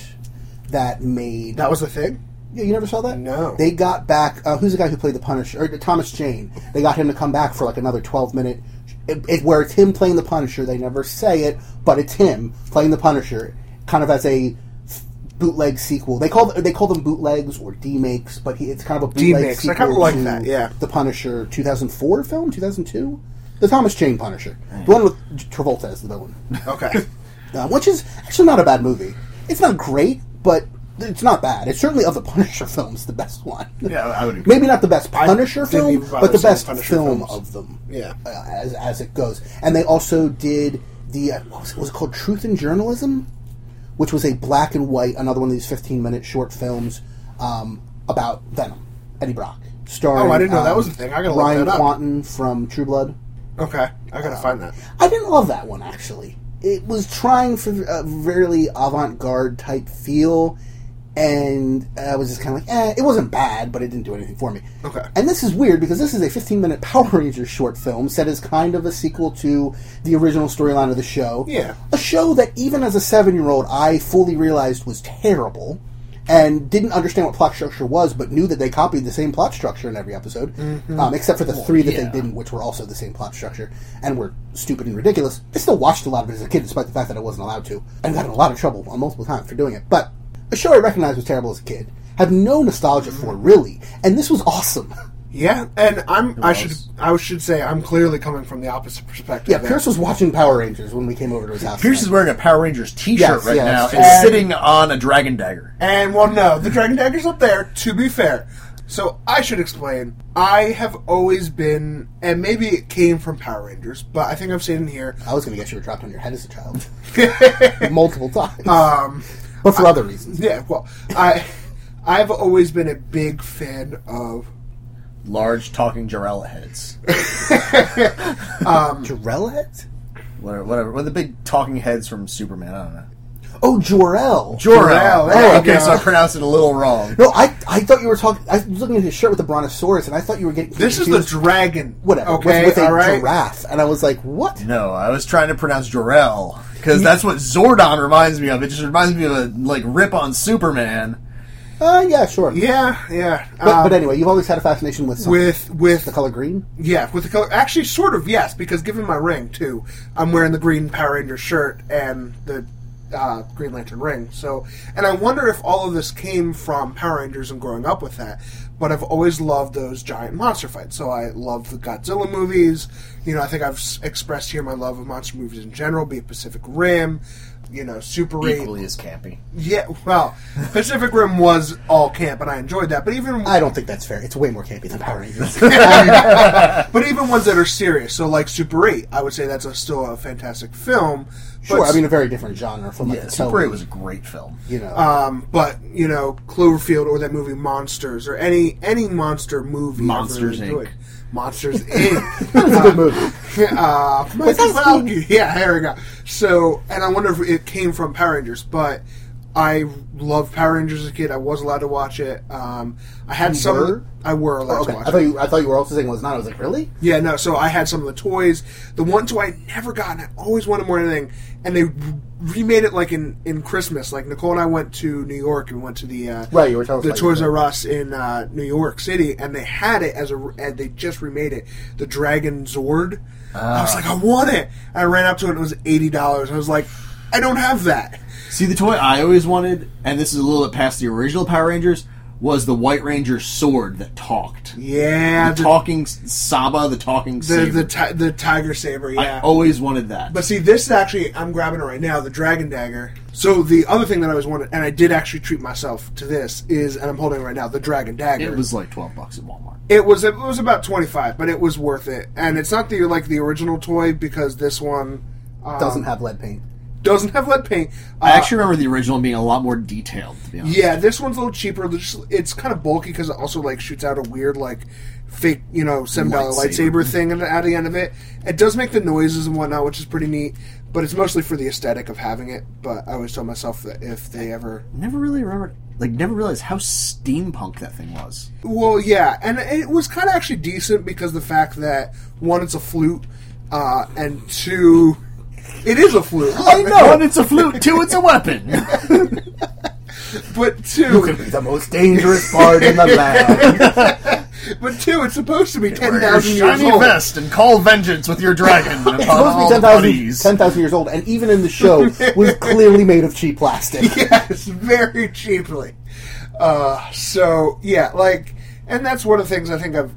Speaker 9: That made
Speaker 10: That was a thing?
Speaker 9: yeah, you never saw that?
Speaker 10: No.
Speaker 9: They got back. Uh, who's the guy who played the Punisher? Or Thomas Jane. They got him to come back for like another twelve minute it, it, where it's him playing the Punisher. They never say it, but it's him playing the Punisher, kind of as a f- bootleg sequel. They call they call them bootlegs or demakes, but he, it's kind of a bootleg
Speaker 10: Demakes. I
Speaker 9: sequel
Speaker 10: kinda like
Speaker 9: to
Speaker 10: that, yeah.
Speaker 9: the Punisher 2004 film, 2002, the Thomas Jane Punisher, the one with Travolta as the villain,
Speaker 10: Okay.
Speaker 9: uh, which is actually not a bad movie. It's not great, but it's not bad. It's certainly of the Punisher films the best one.
Speaker 11: Yeah, I would agree.
Speaker 9: Maybe not the best Punisher
Speaker 10: didn't
Speaker 9: film,
Speaker 10: even bother
Speaker 9: but the
Speaker 10: seeing
Speaker 9: best
Speaker 10: Punisher
Speaker 9: film
Speaker 10: films.
Speaker 9: of them.
Speaker 10: Yeah.
Speaker 9: uh, as, as it goes. And they also did the uh, what was it, was it called Truth in Journalism, which was a black and white another one of these fifteen minute short films um, about Venom, Eddie Brock, starring.
Speaker 10: Oh, I didn't know that
Speaker 9: um,
Speaker 10: was a thing. I gotta look
Speaker 9: Ryan
Speaker 10: that up.
Speaker 9: Quanten from True Blood.
Speaker 10: Okay. I gotta find that.
Speaker 9: I didn't love that one actually. It was trying for a really avant-garde type feel, and I was just kind of like, eh, it wasn't bad, but it didn't do anything for me.
Speaker 10: Okay.
Speaker 9: And this is weird because this is a 15-minute Power Rangers short film set as kind of a sequel to the original storyline of the show.
Speaker 10: Yeah.
Speaker 9: A show that even as a seven-year-old I fully realized was terrible. And didn't understand what plot structure was, but knew that they copied the same plot structure in every episode, um, except for the three that they
Speaker 11: Mm-hmm. yeah.
Speaker 9: didn't which were also the same plot structure and were stupid and ridiculous. I still watched a lot of it as a kid, despite the fact that I wasn't allowed to, and got in a lot of trouble on multiple times for doing it. But a show I recognized was terrible as a kid, have no nostalgia for
Speaker 11: Mm-hmm.
Speaker 9: really, and this was awesome.
Speaker 10: Yeah, and I'm. I should. I should say I'm clearly coming from the opposite perspective.
Speaker 9: yeah,
Speaker 10: there.
Speaker 9: Pierce was watching Power Rangers when we came over to his house.
Speaker 11: Pierce is wearing a Power Rangers T-shirt
Speaker 9: Yes,
Speaker 11: right
Speaker 9: yes.
Speaker 11: now and,
Speaker 9: And-
Speaker 11: sitting on a dragon dagger.
Speaker 10: And well, no, the Dragon Dagger's up there. To be fair, so I should explain. I have always been, and maybe it came from Power Rangers, but I think I've seen it here.
Speaker 9: I was going to guess you were dropped on your head as a child multiple times,
Speaker 10: Um,
Speaker 9: but for other reasons.
Speaker 10: Yeah, well, I, I've always been a big fan of.
Speaker 11: Large talking Jarella heads,
Speaker 9: Jorel heads?
Speaker 11: whatever, whatever. One of the big talking heads from Superman. I don't know.
Speaker 9: Oh, Jorel.
Speaker 11: Jor-El. Oh,
Speaker 10: Jor-El, there you
Speaker 11: okay,
Speaker 10: go.
Speaker 11: so I pronounced it a little wrong.
Speaker 9: no, I I thought you were talking. I was looking at his shirt with the brontosaurus, and I thought you were getting.
Speaker 10: This is the
Speaker 9: confused-
Speaker 10: dragon.
Speaker 9: whatever
Speaker 10: Okay,
Speaker 9: with, with a
Speaker 10: all right.
Speaker 9: giraffe, and I was like, "What?"
Speaker 11: No, I was trying to pronounce Jor-El because that's what Zordon reminds me of. It just reminds me of a like rip on Superman.
Speaker 9: Uh, yeah, sure.
Speaker 10: Yeah, yeah.
Speaker 9: But,
Speaker 10: um,
Speaker 9: but anyway, you've always had a fascination with something.
Speaker 10: with with
Speaker 9: the color green.
Speaker 10: Yeah, with the color. Actually, sort of yes, because given my ring too, I'm wearing the green Power Ranger shirt and the uh, Green Lantern ring. So, and I wonder if all of this came from Power Rangers and growing up with that. But I've always loved those giant monster fights. So I love the Godzilla movies. You know, I think I've s- expressed here my love of monster movies in general, be it Pacific Rim. You know, Super Eight.
Speaker 11: Equally as campy.
Speaker 10: Yeah, well, Pacific Rim was all camp, and I enjoyed that. But even
Speaker 9: I don't think that's fair. It's way more campy than Power Rangers.
Speaker 10: But even ones that are serious, so like Super 8, I would say that's a, still a fantastic film. But,
Speaker 9: sure, I mean a very different genre from like
Speaker 11: Yeah,
Speaker 9: the
Speaker 11: Super
Speaker 9: Tower,
Speaker 11: Eight was a great film.
Speaker 9: you know.
Speaker 10: um, but you know, Cloverfield or that movie Monsters or any any monster movie. I've
Speaker 11: Monsters,
Speaker 10: really
Speaker 11: Inc.
Speaker 10: enjoyed. Monsters Inc.
Speaker 9: it's a good movie.
Speaker 10: uh,
Speaker 9: What's
Speaker 10: Michael
Speaker 9: that
Speaker 10: Falcon. Yeah, here we go. So, and I wonder if it came from Power Rangers, but I loved Power Rangers as a kid. I was allowed to watch it. Um, I had
Speaker 9: You
Speaker 10: some.
Speaker 9: were?
Speaker 10: I were allowed
Speaker 9: Okay,
Speaker 10: to watch
Speaker 9: I
Speaker 10: it.
Speaker 9: thought you, I thought you were also saying it was not. I was like, really?
Speaker 10: Yeah, no. So I had some of the toys. The one toy I never got, and I always wanted more than anything. And they remade it like in, in Christmas. Like Nicole and I went to New York and went to the uh,
Speaker 9: Right, you were telling us
Speaker 10: the
Speaker 9: about
Speaker 10: Toys
Speaker 9: your-
Speaker 10: R Us in uh, New York City, and they had it as a and they just remade it the Dragon Zord. I
Speaker 11: Ah.
Speaker 10: was like, I want it. I ran up to it. It was eighty dollars. I was like, I don't have that.
Speaker 11: See, the toy I always wanted, and this is a little bit past the original Power Rangers, was the White Ranger sword that talked.
Speaker 10: Yeah,
Speaker 11: the
Speaker 10: the
Speaker 11: talking s- Saba, the talking
Speaker 10: the
Speaker 11: saber.
Speaker 10: the, ti- the tiger saber. Yeah,
Speaker 11: I always wanted that.
Speaker 10: But see, this is actually, I'm grabbing it right now, the Dragon Dagger. So the other thing that I was wanted, and I did actually treat myself to this, is, and I'm holding it right now, the Dragon Dagger.
Speaker 11: it was like twelve bucks at Walmart.
Speaker 10: it was, it was about 25, but it was worth it. And it's not the like the original toy because this one um,
Speaker 9: Doesn't have lead paint.
Speaker 10: doesn't have lead paint. Uh,
Speaker 11: I actually remember the original being a lot more detailed. To be honest,
Speaker 10: yeah, this one's a little cheaper. It's just- It's kind of bulky because it also like shoots out a weird like fake, you know, seven dollar
Speaker 11: Lightsaber.
Speaker 10: lightsaber thing at- at the end of it. It does make the noises and whatnot, which is pretty neat. But it's mostly for the aesthetic of having it. But I always tell myself that if they ever,
Speaker 11: never really remembered. Like, never realized how steampunk that thing was.
Speaker 10: well, yeah, and it was kind of actually decent because the fact that one, it's a flute, uh, and two, it is a flute.
Speaker 11: One, it's a flute. Two, it's a weapon.
Speaker 10: but two,
Speaker 9: The most dangerous part in the land.
Speaker 10: But two, it's supposed to be ten
Speaker 11: Wear your
Speaker 10: thousand years
Speaker 11: shiny
Speaker 10: old.
Speaker 11: vest and call vengeance with your dragon upon
Speaker 9: It's supposed to
Speaker 11: all
Speaker 9: be
Speaker 11: the
Speaker 9: 10,000
Speaker 11: bunnies.
Speaker 9: 10,000 years old, and even in the show, was clearly made of cheap plastic.
Speaker 10: yes, very cheaply. Uh, so yeah, like, and that's one of the things I think I've,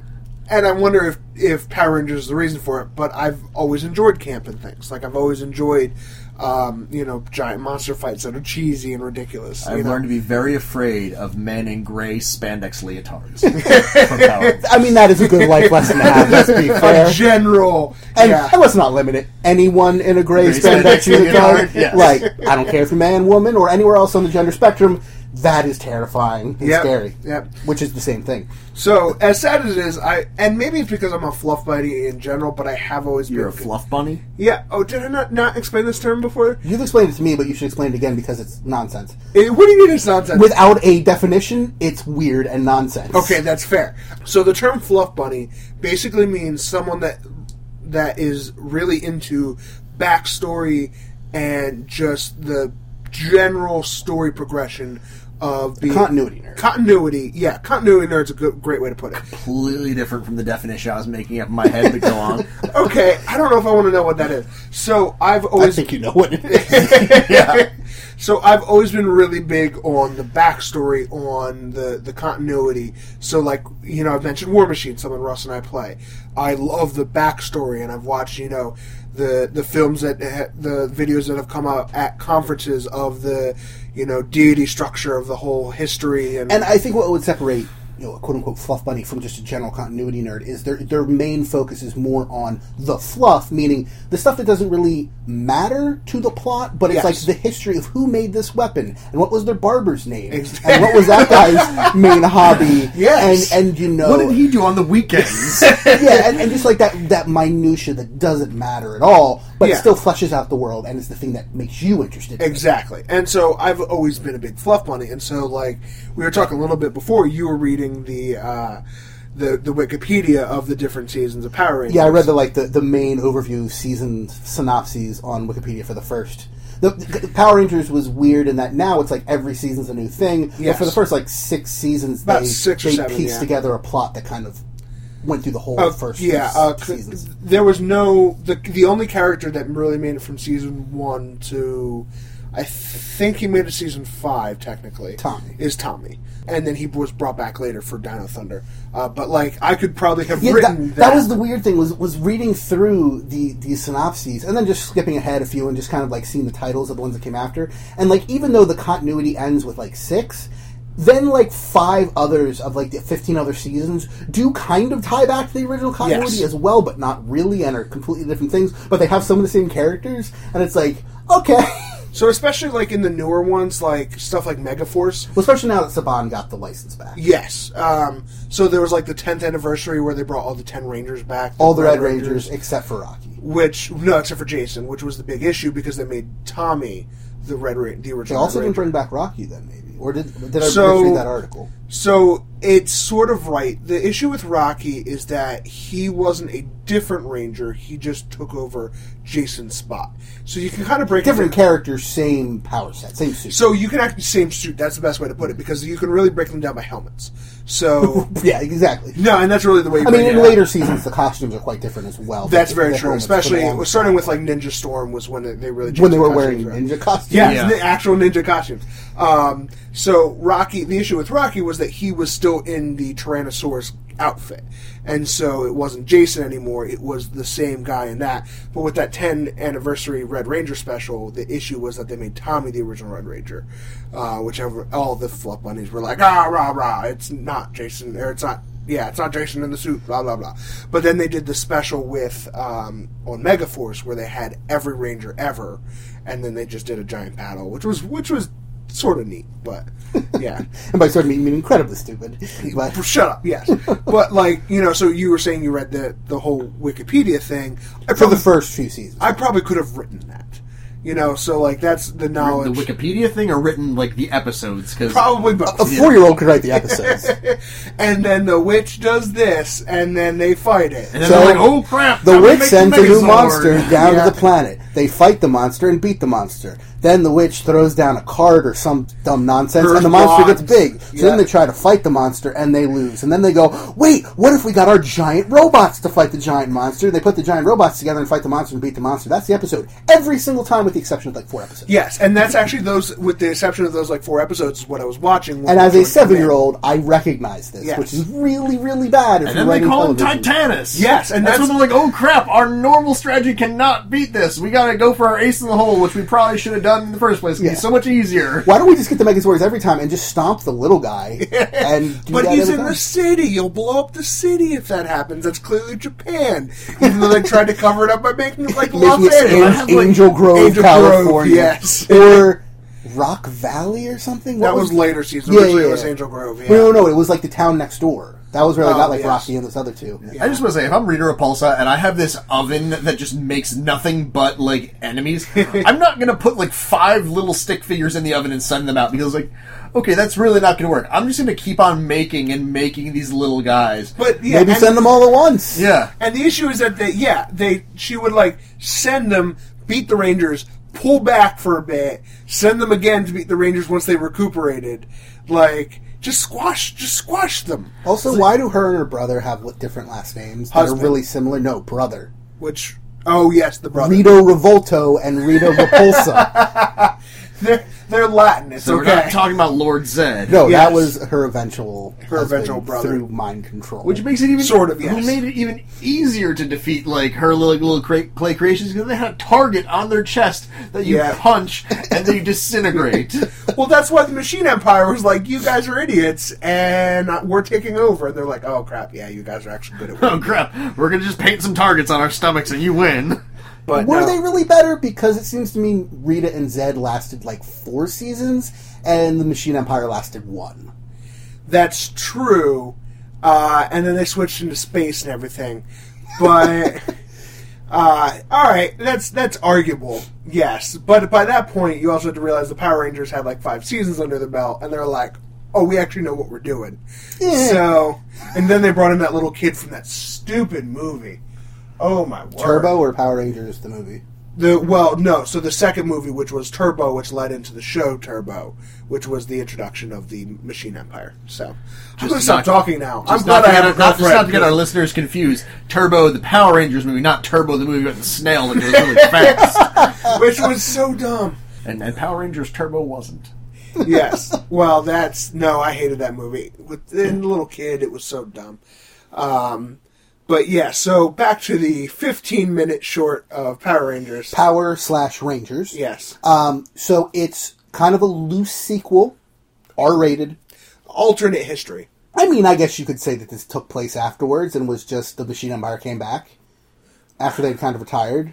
Speaker 10: and I wonder if if Power Rangers is the reason for it. But I've always enjoyed camping things. Like I've always enjoyed, um, you know, giant monster fights that are cheesy and ridiculous.
Speaker 11: I've
Speaker 10: you know?
Speaker 11: learned to be very afraid of men in gray spandex leotards. from Power Rangers.
Speaker 9: I mean, that is a good life lesson to have, let's be
Speaker 10: a
Speaker 9: fair.
Speaker 10: general.
Speaker 9: And,
Speaker 10: yeah.
Speaker 9: and let's not limit it. Anyone in a gray
Speaker 11: Gray
Speaker 9: spandex
Speaker 11: spandex
Speaker 9: uniform,
Speaker 11: unitard, yes.
Speaker 9: like I don't care if you're man, woman, or anywhere else on the gender spectrum, that is terrifying and
Speaker 10: Yep,
Speaker 9: scary.
Speaker 10: yep.
Speaker 9: Which is the same thing.
Speaker 10: So as sad as it is, I and maybe it's because I'm a fluff buddy in general, but I have always
Speaker 11: You're a
Speaker 10: been
Speaker 11: fluff bunny?
Speaker 10: Yeah. Oh, did I not not explain this term before?
Speaker 9: You've explained it to me, but you should explain it again because it's nonsense.
Speaker 10: Eh, what do you mean it's nonsense?
Speaker 9: Without a definition, it's weird and nonsense.
Speaker 10: Okay, that's fair. So the term fluff bunny basically means someone that that is really into backstory and just the general story progression of the
Speaker 9: Continuity nerd.
Speaker 10: Continuity, yeah, continuity nerd's a good, great way to put it.
Speaker 11: Completely different from the definition I was making up in my head, but go on.
Speaker 10: Okay, I don't know if I want to know what that is. So I've
Speaker 9: I
Speaker 10: always
Speaker 9: think you know what it is.
Speaker 10: so I've always been really big on the backstory, on the the continuity. So like you know, I've mentioned War Machine, someone Russ and I play. I love the backstory, and I've watched you know the the films that ha- the videos that have come out at conferences of the you know deity structure of the whole history and,
Speaker 9: And I think what would separate you know, a quote unquote fluff bunny from just a general continuity nerd is their their main focus is more on the fluff, meaning the stuff that doesn't really matter to the plot, but it's
Speaker 10: Yes.
Speaker 9: like the history of who made this weapon and what was their barber's name and what was that guy's main hobby.
Speaker 10: Yes.
Speaker 9: And and you know
Speaker 10: Oh.
Speaker 11: What did he do on the weekends?
Speaker 9: Yeah, and, and just like that that minutia that doesn't matter at all, but
Speaker 10: Yeah.
Speaker 9: it still fleshes out the world and it's the thing that makes you interested. in it.
Speaker 10: Exactly. And so I've always been a big fluff bunny. And so, like, we were talking a little bit before, you were reading the. Uh, the, the Wikipedia of the different seasons of Power Rangers.
Speaker 9: Yeah, I read the like the, the main overview season synopses on Wikipedia for the first. The, the Power Rangers was weird in that now it's like every season's a new thing. But
Speaker 10: Yes.
Speaker 9: for the first like six seasons,
Speaker 10: About
Speaker 9: they,
Speaker 10: six or
Speaker 9: they
Speaker 10: seven,
Speaker 9: pieced
Speaker 10: yeah.
Speaker 9: together a plot that kind of went through the whole
Speaker 10: Uh,
Speaker 9: first
Speaker 10: yeah,
Speaker 9: s-
Speaker 10: uh, c-
Speaker 9: seasons.
Speaker 10: there was no the the only character that really made it from season one to, I think he made it season five technically.
Speaker 9: Tommy.
Speaker 10: is Tommy, and then he was brought back later for Dino Thunder. Uh, but like I could probably have
Speaker 9: Yeah, that,
Speaker 10: written
Speaker 9: that was the weird thing was was reading through the the synopses and then just skipping ahead a few and just kind of like seeing the titles of the ones that came after and like even though the continuity ends with like six then like five others of like the 15 other seasons do kind of tie back to the original continuity
Speaker 10: Yes.
Speaker 9: as well but not really and are completely different things but they have some of the same characters and it's like okay
Speaker 10: so especially like in the newer ones like stuff like Megaforce.
Speaker 9: well, especially now that saban got the license back
Speaker 10: Yes. Um, so there was like the 10th anniversary where they brought all the 10 Rangers back.
Speaker 9: all the red rangers except for rocky
Speaker 10: Which, no, except for Jason, which was the big issue because they made Tommy the Red Ra- the
Speaker 9: they
Speaker 10: original
Speaker 9: also
Speaker 10: Red
Speaker 9: didn't
Speaker 10: Ranger.
Speaker 9: bring back rocky then maybe or did did i
Speaker 10: So-
Speaker 9: read that article
Speaker 10: So it's sort of right. The issue with Rocky is that he wasn't a different Ranger, he just took over Jason's spot. So you can kind of break it
Speaker 9: different
Speaker 10: down-
Speaker 9: characters, same power set, same suit.
Speaker 10: So you can act the same suit. That's the best way to put it because you can really break them down by helmets. So.
Speaker 9: yeah, exactly.
Speaker 10: No, and that's really the way. you
Speaker 9: I mean,
Speaker 10: break
Speaker 9: in
Speaker 10: it down.
Speaker 9: later seasons, the costumes are quite different as well.
Speaker 10: That's
Speaker 9: The-
Speaker 10: very
Speaker 9: the
Speaker 10: true.
Speaker 9: helmets,
Speaker 10: Especially
Speaker 9: the
Speaker 10: it
Speaker 9: long-
Speaker 10: was starting with like Ninja Storm was when they, they really changed
Speaker 9: when they
Speaker 10: the
Speaker 9: were
Speaker 10: costumes
Speaker 9: wearing
Speaker 10: around.
Speaker 9: ninja costumes.
Speaker 10: Yeah,
Speaker 11: Yeah.
Speaker 10: the actual ninja costumes. Um, so Rocky, the issue with Rocky was that he was still in the Tyrannosaurus outfit, and so it wasn't Jason anymore. It was the same guy in that. But with that 10 anniversary Red Ranger special, the issue was that they made Tommy the original Red Ranger, uh, which ever- all the fluff bunnies were like, ah, rah, rah, it's not Jason, or it's not. Yeah, it's not Jason in the suit, blah blah blah. But then they did the special with um, on Megaforce where they had every Ranger ever, and then they just did a giant battle, which was which was sort of neat, but yeah. Uh,
Speaker 9: and by sort of mean, mean incredibly stupid. But
Speaker 10: Shut up, yes. But like you know, so you were saying you read the the whole Wikipedia thing. I
Speaker 9: for
Speaker 10: probably,
Speaker 9: the first few seasons,
Speaker 10: I probably could have written that, you know. So like that's the
Speaker 11: the
Speaker 10: knowledge.
Speaker 11: Wikipedia thing or written like the episodes? Because
Speaker 10: probably both.
Speaker 9: a four-year-old could write the episodes.
Speaker 10: and then the witch does this, and then they fight it.
Speaker 11: and then
Speaker 9: So-
Speaker 11: they're like, oh crap!
Speaker 9: The
Speaker 11: time to
Speaker 9: witch
Speaker 11: make
Speaker 9: sends a new
Speaker 11: Megazord."
Speaker 9: monster down
Speaker 10: Yeah.
Speaker 9: to the planet. They fight the monster and beat the monster. Then the witch throws down a card or some dumb nonsense,
Speaker 10: Throws
Speaker 9: and the monster gets
Speaker 10: wands.
Speaker 9: big. So
Speaker 10: Yeah.
Speaker 9: then they try to fight the monster and they lose. And then they go, wait, what if we got our giant robots to fight the giant monster? They put the giant robots together and fight the monster and beat the monster. That's the episode. Every single time, with the exception of like four episodes.
Speaker 10: Yes, and that's actually those, with the exception of those like four episodes, is what I was watching. when
Speaker 9: And
Speaker 10: we
Speaker 9: as
Speaker 10: were
Speaker 9: a
Speaker 10: doing
Speaker 9: seven year old, I recognize this,
Speaker 10: Yes.
Speaker 9: which is really, really bad. If
Speaker 11: And then
Speaker 9: you're
Speaker 11: they
Speaker 9: writing
Speaker 11: call him
Speaker 9: television.
Speaker 11: Titanus.
Speaker 10: Yes, and
Speaker 11: that's,
Speaker 10: that's-
Speaker 11: when they're like, "Oh crap! Our normal strategy cannot beat this. We got to go for our ace in the hole, which we probably should have done in the first place. It'd
Speaker 9: Yeah.
Speaker 11: be so much easier."
Speaker 9: Why don't we just get the Megazords every time and just stomp the little guy? And do
Speaker 10: But
Speaker 9: that
Speaker 10: he's
Speaker 9: every
Speaker 10: in
Speaker 9: time?
Speaker 10: the city. You'll blow up the city if that happens. That's clearly Japan. Even though they tried to cover it up by making it like Los
Speaker 9: Making it
Speaker 10: Angeles.
Speaker 9: An-
Speaker 10: I have, like,
Speaker 9: Angel Grove,
Speaker 10: Angel Grove,
Speaker 9: California,
Speaker 10: yes.
Speaker 9: or Rock Valley or something. What
Speaker 10: That was later season.
Speaker 9: Yeah,
Speaker 10: Originally
Speaker 9: yeah,
Speaker 10: it was
Speaker 9: yeah.
Speaker 10: Angel Grove. Yeah.
Speaker 9: No, no, no, it was like the town next door. That was really
Speaker 10: Oh,
Speaker 9: not like
Speaker 10: yes.
Speaker 9: Rocky and those other two.
Speaker 11: I just want to say, if I'm Rita Repulsa and I have this oven that just makes nothing but like enemies, I'm not gonna put like five little stick figures in the oven and send them out because like, okay, that's really not gonna work. I'm just gonna keep on making and making these little guys.
Speaker 10: But yeah,
Speaker 9: Maybe
Speaker 10: and,
Speaker 9: send them all at once.
Speaker 11: yeah,
Speaker 10: And the issue is that they, yeah, they she would like send them, beat the Rangers, pull back for a bit, send them again to beat the Rangers once they recuperated. Like just squash, just squash them.
Speaker 9: Also, why do her and her brother have what different last names
Speaker 10: Husband.
Speaker 9: that are really similar? No, brother.
Speaker 10: Which oh yes, the brother.
Speaker 9: Rito Revolto and Rito Repulsa.
Speaker 10: They're they're Latin. It's
Speaker 11: so
Speaker 10: okay.
Speaker 11: we're not talking about Lord Zed.
Speaker 9: No,
Speaker 10: Yes.
Speaker 9: that was her eventual
Speaker 10: Her
Speaker 9: husband
Speaker 10: eventual brother.
Speaker 9: through mind control.
Speaker 11: Which makes it even
Speaker 10: Sort of, yes.
Speaker 11: Who made it even easier to defeat like her little little cra- clay creations because they had a target on their chest that you
Speaker 10: Yeah.
Speaker 11: punch and they disintegrate.
Speaker 10: well, that's why the Machine Empire was like, "You guys are idiots, and uh, we're taking over." And they're like, "Oh crap, yeah, you guys are actually good at."
Speaker 11: oh
Speaker 10: Winning.
Speaker 11: crap! We're gonna just paint some targets on our stomachs and you win.
Speaker 10: But
Speaker 9: Were
Speaker 10: no.
Speaker 9: they really better? Because it seems to me Rita and Zed lasted like four seasons, and the Machine Empire lasted one.
Speaker 10: That's true. Uh, and then they switched into space and everything. But uh, all right, that's that's arguable. Yes, but by that point, you also have to realize the Power Rangers had like five seasons under their belt, and they're like, "Oh, we actually know what we're doing."
Speaker 9: Yeah.
Speaker 10: So, and then they brought in that little kid from that stupid movie. Oh my word!
Speaker 9: Turbo or Power Rangers, the movie.
Speaker 10: The well, no. So the second movie, which was Turbo, which led into the show Turbo, which was the introduction of the Machine Empire. So I'm going to
Speaker 11: not-
Speaker 10: stop talking now. I'm
Speaker 11: Just
Speaker 10: glad
Speaker 11: not to
Speaker 10: I
Speaker 11: get
Speaker 10: have
Speaker 11: our-
Speaker 10: a
Speaker 11: not- just not to get our
Speaker 10: girlfriend.
Speaker 11: listeners confused. Turbo, the Power Rangers movie, not Turbo, the movie about the snail that goes really fast.
Speaker 10: which was so dumb.
Speaker 11: And, and Power Rangers Turbo wasn't.
Speaker 10: Yes. Well, that's no. I hated that movie. With the little kid, it was so dumb. Um, but yeah. So back to the 15 minute short of Power Rangers.
Speaker 9: Power slash Rangers.
Speaker 10: yes.
Speaker 9: Um, so it's kind of a loose sequel, R rated.
Speaker 10: Alternate history.
Speaker 9: I mean, I guess you could say that this took place afterwards and was just the Machine Empire came back after they'd kind of retired.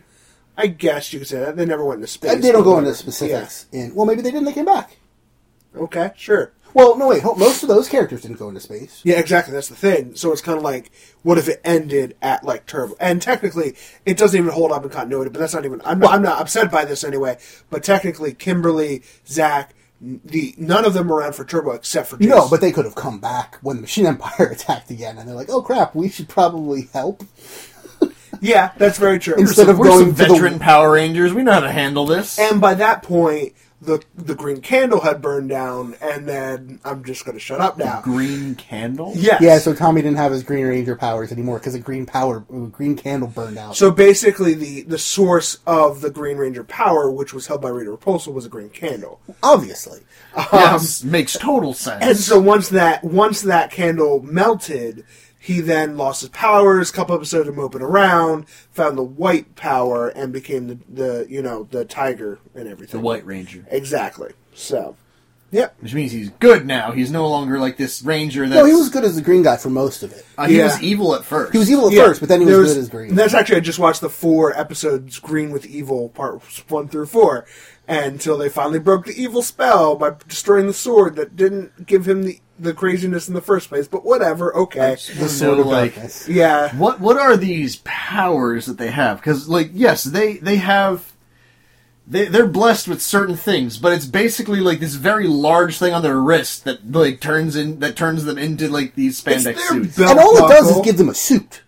Speaker 10: I guess you could say that they never went into space.
Speaker 9: And they don't
Speaker 10: but
Speaker 9: go into
Speaker 10: whatever.
Speaker 9: specifics. In well, maybe they didn't. They came back.
Speaker 10: Yeah. Okay. Sure.
Speaker 9: Well, no wait. ho- Most of those characters didn't go into space.
Speaker 10: Yeah, exactly. That's the thing. So it's kind of like, what if it ended at like Turbo? And technically, it doesn't even hold up in continuity. But that's not even. I'm, I'm not upset by this anyway. But technically, Kimberly, Zach, n- the none of them were around for Turbo except for Jace.
Speaker 9: No, but they could have come back when the Machine Empire attacked again, and they're like, "Oh crap, we should probably help."
Speaker 10: yeah, that's very true.
Speaker 9: Instead of
Speaker 11: We're some
Speaker 9: going to the-
Speaker 11: veteran Power Rangers. We know how to handle this.
Speaker 10: and by that point, the the green candle had burned down, and then I'm just going to shut up now.
Speaker 11: Green Candle?
Speaker 10: Yes.
Speaker 9: Yeah, so Tommy didn't have his Green Ranger powers anymore because a green power, a green candle burned out.
Speaker 10: So basically, the, the source of the Green Ranger power, which was held by Rita Repulsa, was a green candle.
Speaker 9: obviously,
Speaker 11: Yes, makes total sense.
Speaker 10: And so once that once that candle melted, he then lost his powers. Couple episodes of moping around, found the white power, and became the, the you know the tiger and everything.
Speaker 11: the White Ranger.
Speaker 10: exactly. So, yep.
Speaker 11: Which means he's good now. He's no longer like this ranger that's...
Speaker 9: no, he was good as the green guy for most of it.
Speaker 11: uh, he
Speaker 10: yeah.
Speaker 11: was evil at first.
Speaker 9: He was evil at
Speaker 10: Yeah,
Speaker 9: first, but then he was,
Speaker 10: there
Speaker 9: good as green.
Speaker 10: That's actually I just watched the four episodes Green with Evil parts one through four, until they finally broke the evil spell by destroying the sword that didn't give him the the craziness in the first place. But whatever, okay.
Speaker 11: So, like,
Speaker 9: darkness.
Speaker 10: Yeah.
Speaker 11: What what are these powers that they have? Because like yes, they they have they they're blessed with certain things, but it's basically like this very large thing on their wrist that like turns in that turns them into like these spandex
Speaker 10: their
Speaker 11: suits.
Speaker 10: belt.
Speaker 9: And all it does
Speaker 10: Buckle.
Speaker 9: is give them a suit.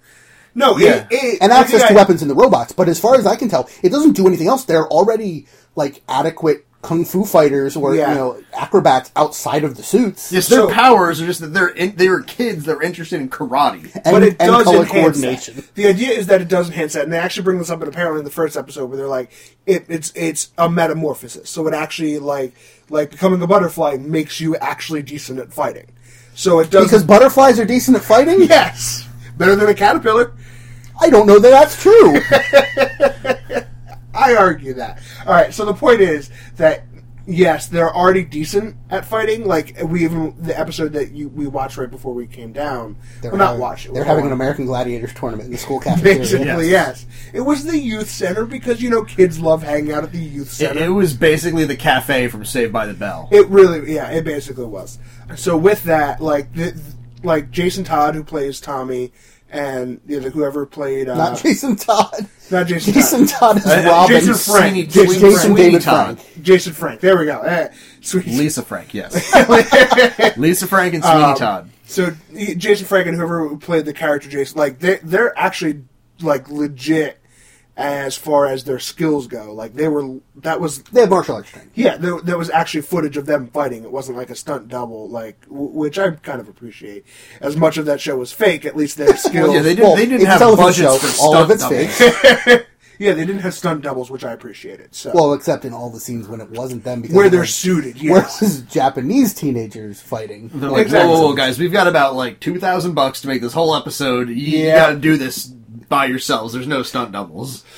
Speaker 10: No, Yeah. it, it,
Speaker 9: and
Speaker 10: I
Speaker 9: access
Speaker 10: think
Speaker 9: to
Speaker 10: I-
Speaker 9: weapons in the robots. But as far as I can tell, it doesn't do anything else. They're already like adequate kung fu fighters or
Speaker 10: Yeah.
Speaker 9: you know acrobats outside of the suits.
Speaker 11: Yes, their
Speaker 10: So-
Speaker 11: powers are just that they're in, they're kids. They're interested in karate.
Speaker 9: and,
Speaker 10: but it
Speaker 9: and
Speaker 10: does
Speaker 9: color
Speaker 10: enhance
Speaker 9: coordination.
Speaker 10: That. The idea is that it does enhance that, and they actually bring this up in apparently in the first episode where they're like, it, it's it's a metamorphosis, so it actually like like becoming a butterfly makes you actually decent at fighting. So it does
Speaker 9: Because butterflies are decent at fighting.
Speaker 10: yes, better than a caterpillar.
Speaker 9: I don't know that that's true.
Speaker 10: I argue that. All right, so the point is that yes, they're already decent at fighting. Like we even the episode that you we watched right before we came down.
Speaker 9: They're
Speaker 10: well, not
Speaker 9: having-
Speaker 10: watch it.
Speaker 9: They're
Speaker 10: we
Speaker 9: having an
Speaker 10: watched-
Speaker 9: American Gladiators tournament in the school cafeteria.
Speaker 10: Basically, yes. It was the youth center because you know kids love hanging out at the youth
Speaker 11: It,
Speaker 10: center.
Speaker 11: it was basically the cafe from Saved by the Bell.
Speaker 10: It really, yeah, it basically was. So with that, like, the, like Jason Todd who plays Tommy, and you know, whoever played uh,
Speaker 9: Not Jason Todd.
Speaker 10: Not Jason
Speaker 9: Jason Todd, is
Speaker 11: Uh, uh,
Speaker 9: Robin.
Speaker 11: Jason Frank.
Speaker 9: Jason,
Speaker 11: Jason
Speaker 9: Jason
Speaker 11: Frank.
Speaker 9: David
Speaker 11: Sweeney Todd.
Speaker 9: Frank.
Speaker 10: Jason Frank. There we go. Eh, sweet.
Speaker 11: Lisa Frank, yes. Lisa Frank and Sweeney
Speaker 10: Um,
Speaker 11: Todd.
Speaker 10: So he- Jason Frank and whoever played the character Jason, like they they're actually like legit as far as their skills go. Like they were that was
Speaker 9: They have martial arts training.
Speaker 10: yeah there, there was actually footage of them fighting. It wasn't like a stunt double, like w- which I kind of appreciate. As much of that show was fake, at least their skills.
Speaker 11: Yeah, they didn't.
Speaker 9: Well,
Speaker 11: they didn't
Speaker 9: it's a
Speaker 11: have
Speaker 9: television
Speaker 11: budgets
Speaker 9: show,
Speaker 11: for
Speaker 9: all of
Speaker 11: stunt
Speaker 9: it's
Speaker 11: doubles.
Speaker 10: yeah, they didn't have stunt doubles, which I appreciated. So
Speaker 9: Well, except in all the scenes when it wasn't them. Because
Speaker 10: where
Speaker 9: it
Speaker 10: they're
Speaker 9: was-
Speaker 10: suited,
Speaker 9: where
Speaker 10: yes.
Speaker 9: it was Japanese teenagers fighting.
Speaker 11: They're like,
Speaker 10: Exactly.
Speaker 11: whoa, whoa, whoa, guys, we've got about like two thousand bucks to make this whole episode. You, you
Speaker 10: Yeah.
Speaker 11: gotta do this by yourselves. There's no stunt doubles.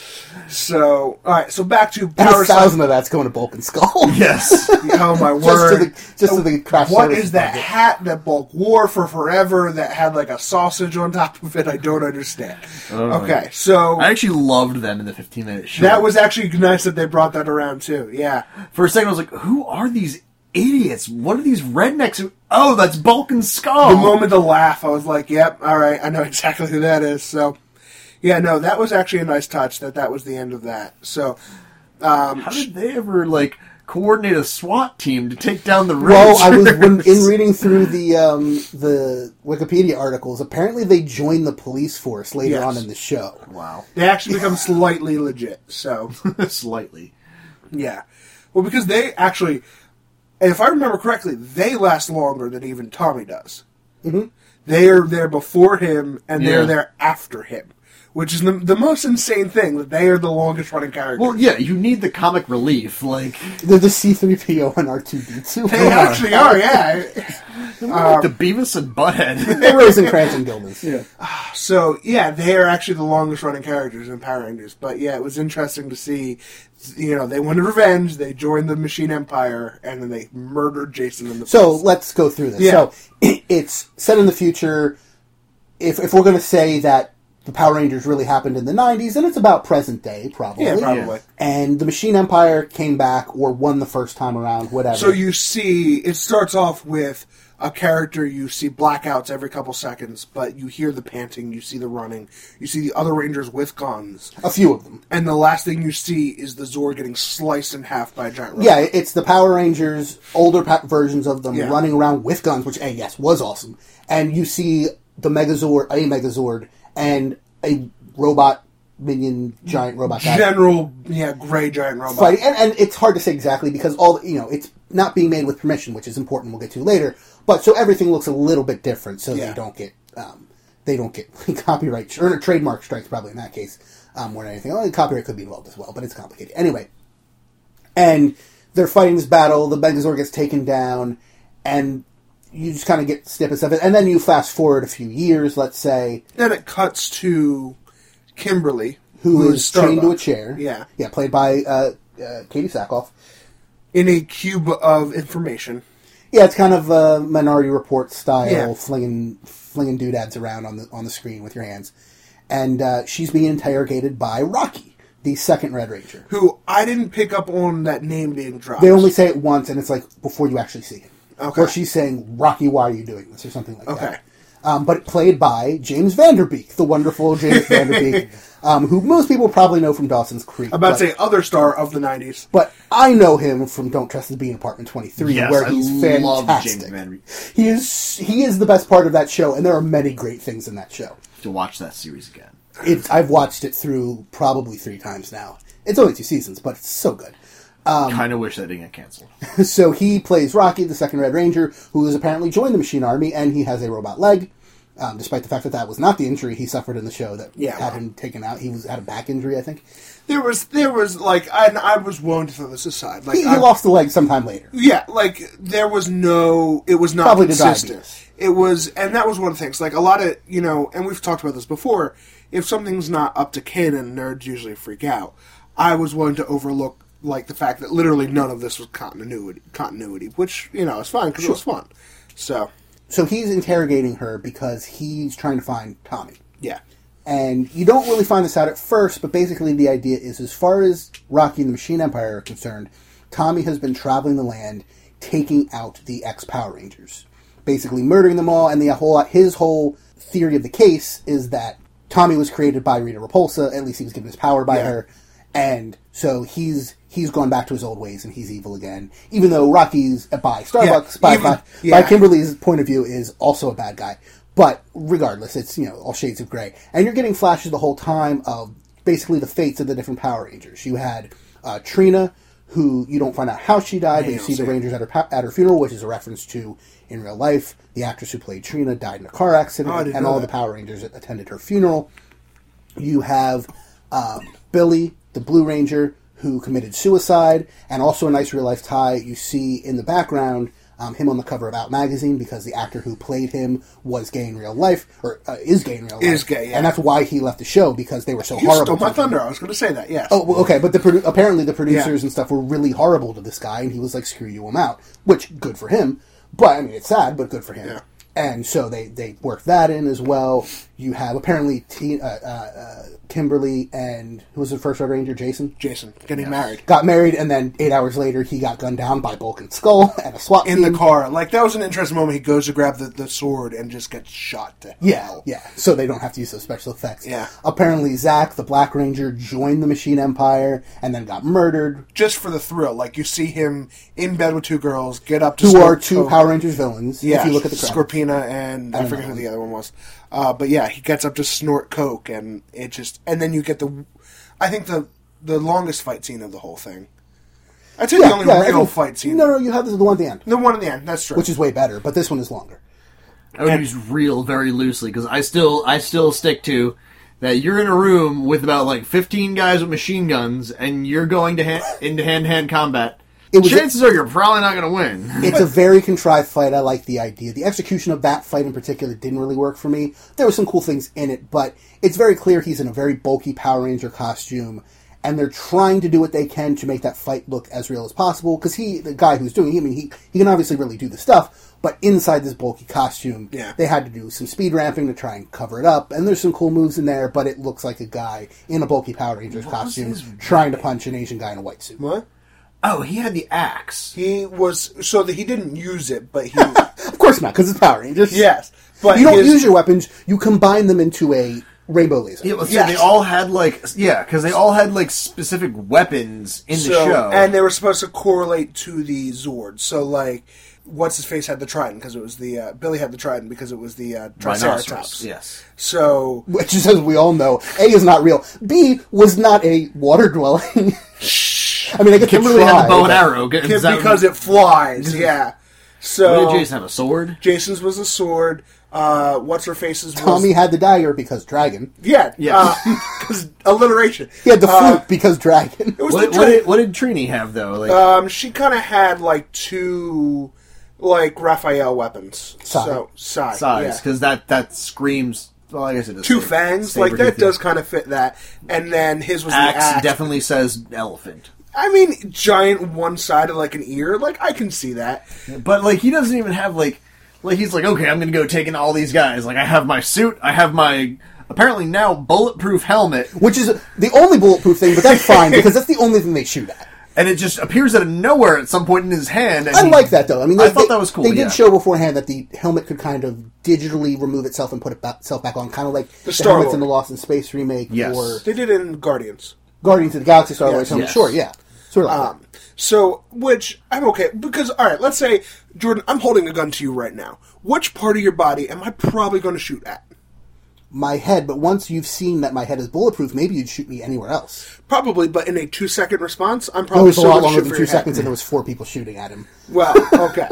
Speaker 10: So, all right. So back to
Speaker 9: and
Speaker 10: Power
Speaker 9: a thousand of that's going to Bulk and Skull.
Speaker 11: Yes.
Speaker 10: Slap. Oh my
Speaker 9: just to
Speaker 10: word!
Speaker 9: the just to the craft.
Speaker 10: what
Speaker 9: services
Speaker 10: is that
Speaker 9: budget.
Speaker 10: hat that Bulk wore for forever that had like a sausage on top of it? I don't understand. okay, so
Speaker 11: I actually loved them in the 15 minute show.
Speaker 10: that was actually nice that they brought that around too. Yeah,
Speaker 11: for a second. I was like, who are these idiots? What are these rednecks? Who- oh, that's Bulk and Skull.
Speaker 10: the moment the laugh, I was like, "Yep, all right, I know exactly who that is." So, yeah, no, that was actually a nice touch that that was the end of that. So,
Speaker 11: How did they ever like coordinate a SWAT team to take down the?
Speaker 9: Well, I was
Speaker 11: Rangers?
Speaker 9: when, in reading through the um, the Wikipedia articles. Apparently, they join the police force later
Speaker 10: Yes.
Speaker 9: on in the show.
Speaker 11: wow,
Speaker 10: they actually become slightly legit. So,
Speaker 11: slightly.
Speaker 10: Yeah. Well, because they actually, if I remember correctly, they last longer than even Tommy does. Mm-hmm. They are there before him, and they
Speaker 11: Yeah.
Speaker 10: are there after him, which is the, the most insane thing that they are the longest running character.
Speaker 11: Well, yeah, you need the comic relief. Like,
Speaker 9: They're the C three PO and R two D two.
Speaker 10: they actually are, yeah. Uh,
Speaker 11: like the Beavis and Butthead.
Speaker 9: They're Rosencrantz and Gildas.
Speaker 10: So yeah, they are actually the longest running characters in Power Rangers. But yeah, it was interesting to see. You know, they wanted revenge. They joined the Machine Empire, and then they murdered Jason in the.
Speaker 9: So let's go through this.
Speaker 10: Yeah.
Speaker 9: So it's set in the future. If if we're going to say that the Power Rangers really happened in the '90s, then it's about present day, probably.
Speaker 10: yeah, probably.
Speaker 9: And the Machine Empire came back or won the first time around, whatever.
Speaker 10: So you see, it starts off with a character. You see blackouts every couple seconds, but you hear the panting, you see the running, you see the other Rangers with guns,
Speaker 9: a few of them.
Speaker 10: and the last thing you see is the Zord getting sliced in half by a giant robot.
Speaker 9: Yeah, it's the Power Rangers, older pa- versions of them
Speaker 10: Yeah.
Speaker 9: running around with guns, which, hey, yes, was awesome. And you see the Megazord, a Megazord, and a robot minion, giant robot guy.
Speaker 10: general, yeah, gray giant robot.
Speaker 9: fighting, and, and it's hard to say exactly because all you know, it's not being made with permission, which is important. We'll get to later, but so everything looks a little bit different, so
Speaker 10: Yeah.
Speaker 9: they don't get um, they don't get copyright or trademark strikes probably in that case um, more than anything. Only copyright could be involved as well, but it's complicated anyway. And they're fighting this battle. The Megazord gets taken down, and you just kind of get snippets of it, and then you fast forward a few years, let's say,
Speaker 10: Then it cuts to Kimberly,
Speaker 9: who is chained to a
Speaker 10: Starbuck.
Speaker 9: chair,
Speaker 10: Yeah,
Speaker 9: yeah, played by uh, uh, Katie Sackhoff.
Speaker 10: in a cube of information.
Speaker 9: Yeah, it's kind of uh, Minority Report style,
Speaker 10: Yeah.
Speaker 9: flinging flinging doodads around on the on the screen with your hands, and uh, she's being interrogated by Rocky, the second Red Ranger.
Speaker 10: Who I didn't pick up on that name being dropped.
Speaker 9: They only say it once, and it's like before you actually see him.
Speaker 10: Oh, Okay.
Speaker 9: Or she's saying, "Rocky, why are you doing this?" or something like that.
Speaker 10: Okay.
Speaker 9: Um, but played by James Vanderbeek, the wonderful James Vanderbeek, um, who most people probably know from Dawson's Creek.
Speaker 10: I'm about
Speaker 9: but-
Speaker 10: to say other star of the '90s.
Speaker 9: But I know him from Don't Trust the Bee in Apartment 23,
Speaker 11: Yes,
Speaker 9: where
Speaker 11: I
Speaker 9: he's
Speaker 11: love
Speaker 9: fantastic.
Speaker 11: James Van-
Speaker 9: he is he is the best part of that show, and there are many great things in that show.
Speaker 11: to watch that series again.
Speaker 9: It's I've watched it through probably three times now. It's only two seasons, but it's so good.
Speaker 11: kind of wish that didn't get canceled.
Speaker 9: So he plays Rocky, the second Red Ranger, who has apparently joined the Machine Army, and he has a robot leg. Um, despite the fact that that was not the injury he suffered in the show that
Speaker 10: Yeah.
Speaker 9: had him taken out, he was had a back injury, I think.
Speaker 10: There was there was like I I was willing to throw this aside. Like
Speaker 9: He, he
Speaker 10: I-
Speaker 9: lost the leg sometime later.
Speaker 10: Yeah, like there was no, it was not
Speaker 9: Probably the
Speaker 10: consistent.
Speaker 9: diabetes.
Speaker 10: It was, and that was one of the things. Like a lot of you know, and we've talked about this before. If something's not up to canon, nerds usually freak out. I was willing to overlook like the fact that literally none of this was continuity, continuity, which you know is fine because it was fun. So
Speaker 9: So he's interrogating her because he's trying to find Tommy.
Speaker 10: yeah,
Speaker 9: And you don't really find this out at first, but basically the idea is as far as Rocky and the Machine Empire are concerned, Tommy has been traveling the land taking out the ex Power Rangers, basically murdering them all. And the whole his whole theory of the case is that Tommy was created by Rita Repulsa. At least he was given his power by her, and so he's he's gone back to his old ways and he's evil again. Even though Rocky's uh, by Starbucks, by,
Speaker 10: even-
Speaker 9: by,
Speaker 10: yeah.
Speaker 9: by Kimberly's point of view is also a bad guy. But regardless, it's you know all shades of gray, and you're getting flashes the whole time of basically the fates of the different Power Rangers. You had uh, Trina, who you don't find out how she died, but you
Speaker 10: don't
Speaker 9: see the
Speaker 10: see it.
Speaker 9: Rangers at her pa- at her funeral, which is a reference to in real life the actress who played Trina died in a car accident,
Speaker 10: Oh, I didn't
Speaker 9: and
Speaker 10: know
Speaker 9: all
Speaker 10: that.
Speaker 9: the Power Rangers that attended her funeral. You have um, Billy, the Blue Ranger, who committed suicide, and also a nice real life tie. You see in the background um, him on the cover of Out magazine because the actor who played him was gay in real life, or uh, is gay in real life.
Speaker 10: Is gay, yeah.
Speaker 9: And that's why he left the show because they were so
Speaker 10: you
Speaker 9: horrible. to
Speaker 10: stole my
Speaker 9: him.
Speaker 10: thunder. I was going to say that. Yes.
Speaker 9: Oh, well, okay, but the produ- apparently the producers and stuff were really horrible to this guy, and he was like, "Screw you, I'm out," which good for him. But I mean, it's sad, but good for him.
Speaker 10: Yeah.
Speaker 9: And so they they worked that in as well. You have apparently T- uh, uh, uh, Kimberly and who was the first Red Ranger, Jason,
Speaker 10: Jason getting married
Speaker 9: got married, and then eight hours later he got gunned down by Bulk and Skull and a SWAT
Speaker 10: in the
Speaker 9: team.
Speaker 10: car. Like that was an interesting moment. He goes to grab the, the sword and just gets shot to
Speaker 9: Yeah,
Speaker 10: hell.
Speaker 9: yeah. So they don't have to use those special effects.
Speaker 10: Yeah.
Speaker 9: Apparently, Zack, the Black Ranger, joined the Machine Empire and then got murdered
Speaker 10: just for the thrill. Like you see him in bed with two girls, get up to
Speaker 9: who
Speaker 10: Scorp-
Speaker 9: are two
Speaker 10: oh,
Speaker 9: Power Rangers villains.
Speaker 10: Yeah,
Speaker 9: if you look at the credits.
Speaker 10: Scorpina and I, forget who the other one was. Uh, but yeah, he gets up to snort coke, and it just and then you get the, I think the the longest fight scene of the whole thing. I'd say the only
Speaker 9: I
Speaker 10: real
Speaker 9: think-
Speaker 10: fight scene.
Speaker 9: No, no, you have this at the one at the end,
Speaker 10: the one in the end. That's true.
Speaker 9: which is way better, but this one is longer.
Speaker 11: I would use real very loosely because I still I still stick to that you're in a room with about like 15 guys with machine guns and you're going to ha- into hand to hand combat.
Speaker 9: It was-
Speaker 11: Chances are you're probably not going to win.
Speaker 9: It's a very contrived fight. I like the idea. The execution of that fight in particular didn't really work for me. There were some cool things in it, but it's very clear he's in a very bulky Power Ranger costume, and they're trying to do what they can to make that fight look as real as possible. Because he, the guy who's doing, it, I mean, he he can obviously really do the stuff, but inside this bulky costume,
Speaker 10: Yeah.
Speaker 9: they had to do some speed ramping to try and cover it up. And there's some cool moves in there, but it looks like a guy in a bulky Power Rangers costume trying to punch an Asian guy in a white suit.
Speaker 10: what?
Speaker 11: Oh, he had the axe.
Speaker 10: He was so that he didn't use it, but he
Speaker 9: Of course not, because it's Power Rangers.
Speaker 10: yes, but
Speaker 9: you don't
Speaker 10: his-
Speaker 9: use your weapons; you combine them into a rainbow laser.
Speaker 11: It was,
Speaker 10: Yes.
Speaker 11: They all had like yeah, because they all had like specific weapons in the show.
Speaker 10: And they were supposed to correlate to the Zord. So, like, what's his face had the trident because it was the uh, Billy had the trident because it was the uh,
Speaker 11: Rhinoceros,
Speaker 10: Triceratops.
Speaker 11: yes.
Speaker 10: So
Speaker 9: Which, is, as we all know, A is not real. B was not a water dwelling. I mean, I guess they
Speaker 11: literally
Speaker 9: tried.
Speaker 11: had the bow and arrow g-
Speaker 10: Kid,
Speaker 11: is that-
Speaker 10: because it flies, yeah.
Speaker 11: What
Speaker 10: So
Speaker 11: did Jason have a sword?
Speaker 10: Jason's was a sword. Uh, what's her face's was
Speaker 9: Tommy had the dagger because dragon.
Speaker 10: yeah
Speaker 11: Yeah.
Speaker 10: because alliteration.
Speaker 9: He had the flute
Speaker 10: Uh,
Speaker 9: because dragon.
Speaker 10: it was
Speaker 11: What,
Speaker 10: the
Speaker 11: what,
Speaker 10: tri-
Speaker 11: did, what did Trini have though? Like
Speaker 10: Um, she kind of had like two like Raphael weapons.
Speaker 9: Sai.
Speaker 10: So side,
Speaker 11: size
Speaker 10: yeah.
Speaker 11: because that that screams. Well, I guess it is
Speaker 10: two
Speaker 11: saber-
Speaker 10: fangs.
Speaker 11: saber
Speaker 10: Like that
Speaker 11: tooth, yeah.
Speaker 10: does kind of fit that. And then his was
Speaker 11: axe,
Speaker 10: the axe.
Speaker 11: definitely says elephant.
Speaker 10: I mean, giant one side of like an ear. Like I can see that.
Speaker 11: But like he doesn't even have like like he's like okay, I'm gonna go take in all these guys. Like I have my suit, I have my apparently now bulletproof helmet,
Speaker 9: Which is the only bulletproof thing, but that's fine because that's the only thing they shoot at.
Speaker 11: and it just appears out of nowhere at some point in his hand. And
Speaker 9: I
Speaker 11: he-
Speaker 9: like that though. I mean,
Speaker 11: I
Speaker 9: they-
Speaker 11: thought
Speaker 9: they-
Speaker 11: that was cool.
Speaker 9: They
Speaker 11: yeah.
Speaker 9: did show beforehand that the helmet could kind of digitally remove itself and put it ba- itself back on, kind of like the,
Speaker 10: Star
Speaker 9: helmets
Speaker 10: Lord.
Speaker 9: in the Lost in Space remake
Speaker 11: Yes.
Speaker 9: or
Speaker 10: They did it in Guardians.
Speaker 9: Guardians of the Galaxy Star Wars helmet.
Speaker 11: Yes. Uh,
Speaker 9: Sure, yeah, sort of like that.
Speaker 10: Um, so, which I'm okay because all right. Let's say Jordan, I'm holding a gun to you right now. Which part of your body am I probably going to shoot at?
Speaker 9: my head, but once you've seen that my head is bulletproof, maybe you'd shoot me anywhere else.
Speaker 10: Probably, but in a two second response, I'm
Speaker 9: That
Speaker 10: probably
Speaker 9: was a
Speaker 10: still
Speaker 9: lot
Speaker 10: gonna
Speaker 9: longer
Speaker 10: shoot
Speaker 9: than
Speaker 10: Oh, for
Speaker 9: two
Speaker 10: your head.
Speaker 9: seconds, and there was four people shooting at him.
Speaker 10: Well, okay.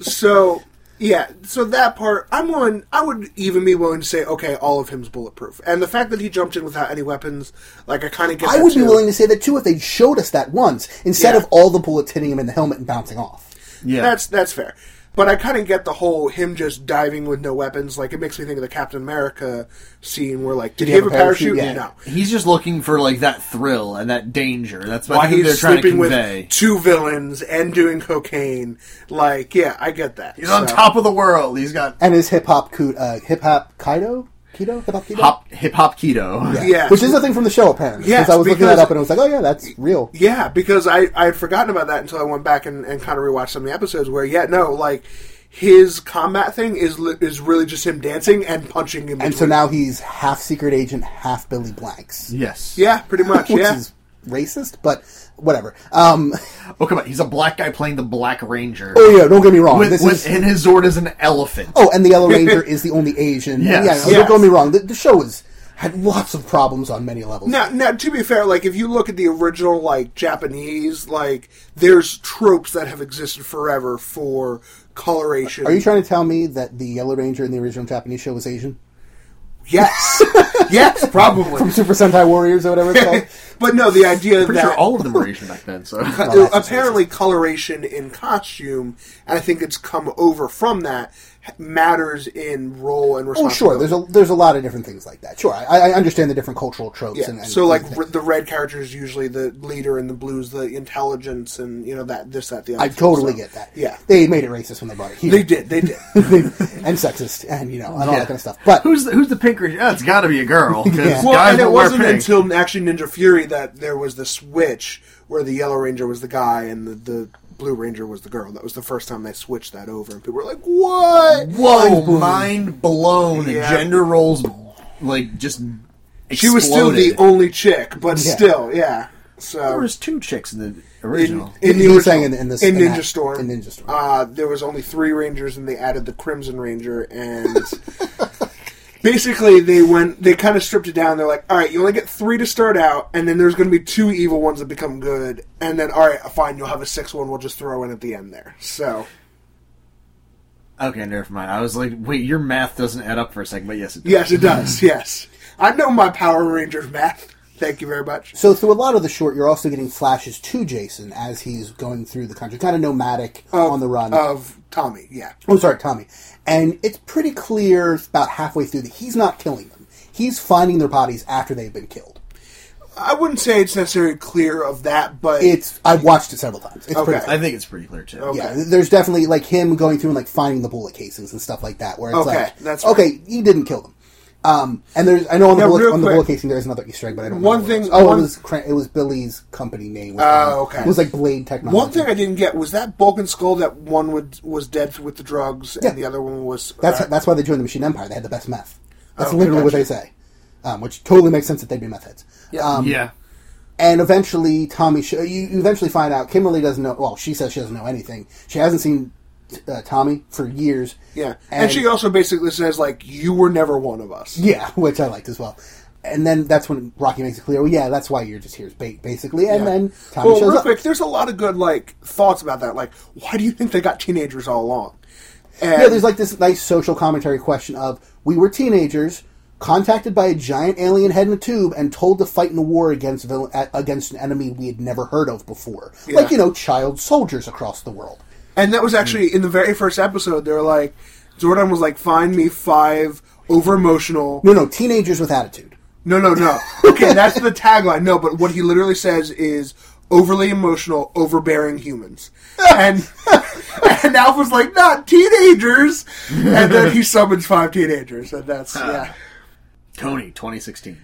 Speaker 10: so yeah, so that part I'm willing I would even be willing to say, okay, all of him's bulletproof. And the fact that he jumped in without any weapons, like I kinda get
Speaker 9: I
Speaker 10: that
Speaker 9: would be
Speaker 10: too.
Speaker 9: willing to say that too if they showed us that once instead
Speaker 10: Yeah.
Speaker 9: of all the bullets hitting him in the helmet and bouncing off.
Speaker 11: Yeah.
Speaker 10: That's that's fair. But I kinda get the whole him just diving with no weapons, like it makes me think of the Captain America scene where like did, he have a parachute?
Speaker 9: Yeah.
Speaker 10: No.
Speaker 11: He's just looking for like that thrill and that danger. That's what I
Speaker 10: Why
Speaker 11: think they're
Speaker 10: he's
Speaker 11: trying to
Speaker 10: sleeping with
Speaker 11: convey.
Speaker 10: two villains and doing cocaine. Like, yeah, I get that.
Speaker 11: He's on
Speaker 10: So-
Speaker 11: top of the world. He's got
Speaker 9: And his hip hop coo- uh, hip hop Kaido keto hip hop keto
Speaker 11: hop hip hop keto.
Speaker 10: Yeah.
Speaker 9: which is a thing from the show apparently
Speaker 10: Yes,
Speaker 9: because I was looking that
Speaker 10: because-
Speaker 9: up and I was like oh yeah that's real.
Speaker 10: Yeah, because I I had forgotten about that until I went back and, and kind of rewatched some of the episodes where yeah no like his combat thing is li- is really just him dancing and punching him.
Speaker 9: And so now he's half secret agent, half Billy Blanks,
Speaker 11: Yes.
Speaker 10: yeah, pretty much
Speaker 9: which
Speaker 10: yeah.
Speaker 9: is racist, but whatever. Um,
Speaker 11: Oh come on, he's a black guy playing the Black Ranger.
Speaker 9: oh yeah, don't get me wrong.
Speaker 11: with,
Speaker 9: this
Speaker 11: with-
Speaker 9: is
Speaker 11: and his Zord is an elephant.
Speaker 9: Oh, and the Yellow Ranger is the only Asian.
Speaker 11: Yes.
Speaker 9: Yeah, no,
Speaker 10: Yes.
Speaker 9: don't get me wrong. The, the show is had lots of problems on many levels.
Speaker 10: now, now, to be fair, like if you look at the original like Japanese, like there's tropes that have existed forever for coloration.
Speaker 9: Are you trying to tell me that the Yellow Ranger in the original Japanese show was Asian
Speaker 10: yes, yes, probably.
Speaker 9: from Super Sentai Warriors or whatever it's called?
Speaker 10: but no, the idea
Speaker 11: Pretty
Speaker 10: that
Speaker 11: sure all of them were Asian back then. So
Speaker 10: Uh, apparently coloration in costume, and I think it's come over from that, h- matters in role and
Speaker 9: Oh, sure.
Speaker 10: responsibility.
Speaker 9: There's a there's a lot of different things like that. Sure, I, I understand the different cultural tropes.
Speaker 10: yeah.
Speaker 9: And, and
Speaker 10: so like
Speaker 9: and
Speaker 10: r- the red character is usually the leader, and the blues the intelligence, and you know that this that the other.
Speaker 9: I totally
Speaker 10: So,
Speaker 9: get that.
Speaker 10: Yeah,
Speaker 9: they made it racist when they brought it here.
Speaker 10: they did, they did.
Speaker 9: and sexist, and you know, and all that kind of stuff. But
Speaker 11: who's the, who's the pink ranger? Oh, it's got to be a girl. 'cause
Speaker 9: Yeah.
Speaker 10: well,
Speaker 11: guys
Speaker 10: and it
Speaker 11: don't wear
Speaker 10: wasn't
Speaker 11: pink.
Speaker 10: until actually Ninja Fury that there was the switch where the Yellow Ranger was the guy and the. the Blue Ranger was the girl. That was the first time they switched that over, and people were like, "What?"
Speaker 11: Whoa, mind blown. and
Speaker 10: Yeah.
Speaker 11: Gender roles, like, just
Speaker 10: She was still the
Speaker 11: exploded.
Speaker 10: only chick, but
Speaker 9: Yeah.
Speaker 10: still, yeah.
Speaker 11: There
Speaker 10: So
Speaker 11: was two chicks in the
Speaker 10: in,
Speaker 11: original.
Speaker 10: in the
Speaker 9: He
Speaker 10: original,
Speaker 9: was saying in- in this- in
Speaker 10: Ninja
Speaker 9: that-
Speaker 10: Storm,
Speaker 9: in Ninja Storm.
Speaker 10: uh, there was only three Rangers, and they added the Crimson Ranger, and basically they went, they kind of stripped it down. They're like, all right, you only get three to start out, and then there's going to be two evil ones that become good, and then all right, fine, you'll have a sixth one. We'll just throw in at the end there. So
Speaker 11: okay, never mind. I was like, wait, your math doesn't add up for a second, but yes, it does.
Speaker 10: yes, it does. yes, I know my Power Rangers math. Thank you very much.
Speaker 9: So through a lot of the short, you're also getting flashes to Jason as he's going through the country, kind of nomadic
Speaker 10: Oh,
Speaker 9: on the run.
Speaker 10: Of Tommy, yeah.
Speaker 9: I'm sorry, Tommy. And it's pretty clear about halfway through that he's not killing them. He's finding their bodies after they've been killed.
Speaker 10: I wouldn't say it's necessarily clear of that, but
Speaker 9: It's I've watched it several times. It's pretty
Speaker 10: Okay.
Speaker 11: I think it's pretty clear, too.
Speaker 9: yeah, th- there's definitely like him going through and like finding the bullet casings and stuff like that. Where it's
Speaker 10: Okay,
Speaker 9: like,
Speaker 10: that's right.
Speaker 9: okay, he didn't kill them. Um, and there's I know on the
Speaker 10: Now,
Speaker 9: bullet
Speaker 10: real
Speaker 9: on the
Speaker 10: quick-
Speaker 9: bullet casing there is another Easter egg, but I don't.
Speaker 10: One
Speaker 9: remember what
Speaker 10: thing-
Speaker 9: It was. Oh,
Speaker 10: one-
Speaker 9: it was Cran- it was Billy's company name. was,
Speaker 10: Oh,
Speaker 9: uh,
Speaker 10: okay.
Speaker 9: It was like Blade Technology.
Speaker 10: One thing I didn't get was that Bulk and Skull that one would, was dead with the drugs and
Speaker 9: Yeah.
Speaker 10: the other one was.
Speaker 9: That's
Speaker 10: uh,
Speaker 9: that's why they joined the Machine Empire. They had the best meth. That's
Speaker 10: Oh,
Speaker 9: literally what
Speaker 10: gotcha.
Speaker 9: they say, um, which totally makes sense that they'd be meth heads. Um,
Speaker 11: Yeah.
Speaker 9: And eventually, Tommy. Sh- you, you eventually find out Kimberly doesn't know. Well, she says she doesn't know anything. She hasn't seen uh, Tommy for years.
Speaker 10: yeah. And, she also basically says, like, you were never one of us.
Speaker 9: Yeah, which I liked as well. And then that's when Rocky makes it clear. Well, yeah, that's why you're just here as bait, basically. And
Speaker 10: Yeah.
Speaker 9: then Tommy
Speaker 10: well,
Speaker 9: shows
Speaker 10: real
Speaker 9: up.
Speaker 10: quick, there's a lot of good, like, thoughts about that. Like, why do you think they got teenagers all along? And,
Speaker 9: Yeah, there's like this nice social commentary question of we were teenagers contacted by a giant alien head in a tube and told to fight in a war against vill- a- against an enemy we had never heard of before. Like,
Speaker 10: Yeah.
Speaker 9: you know, child soldiers across the world.
Speaker 10: and that was actually in the very first episode, they were like, Zordon was like, find me five over emotional.
Speaker 9: No, no, teenagers with attitude.
Speaker 10: No, no, no. Okay, that's the tagline. No, but what he literally says is overly emotional, overbearing humans. And and Alpha's like, not teenagers. And then he summons five teenagers, and that's yeah,
Speaker 11: Tony, 2016.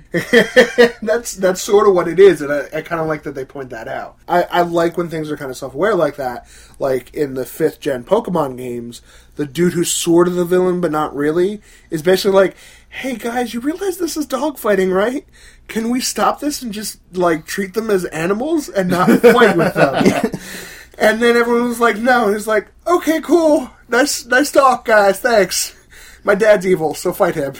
Speaker 10: that's that's sort of what it is. And I, I kind of like that they point that out. I, I like when things are kind of self aware like that. Like in the fifth gen Pokemon games, the dude who's sort of the villain but not really is basically like. Hey guys, you realize this is dogfighting, right? Can we stop this and just like treat them as animals and not fight with them? And then everyone was like, "No," and it's like, "Okay, cool, nice, nice talk, guys. Thanks." My dad's evil, so fight him.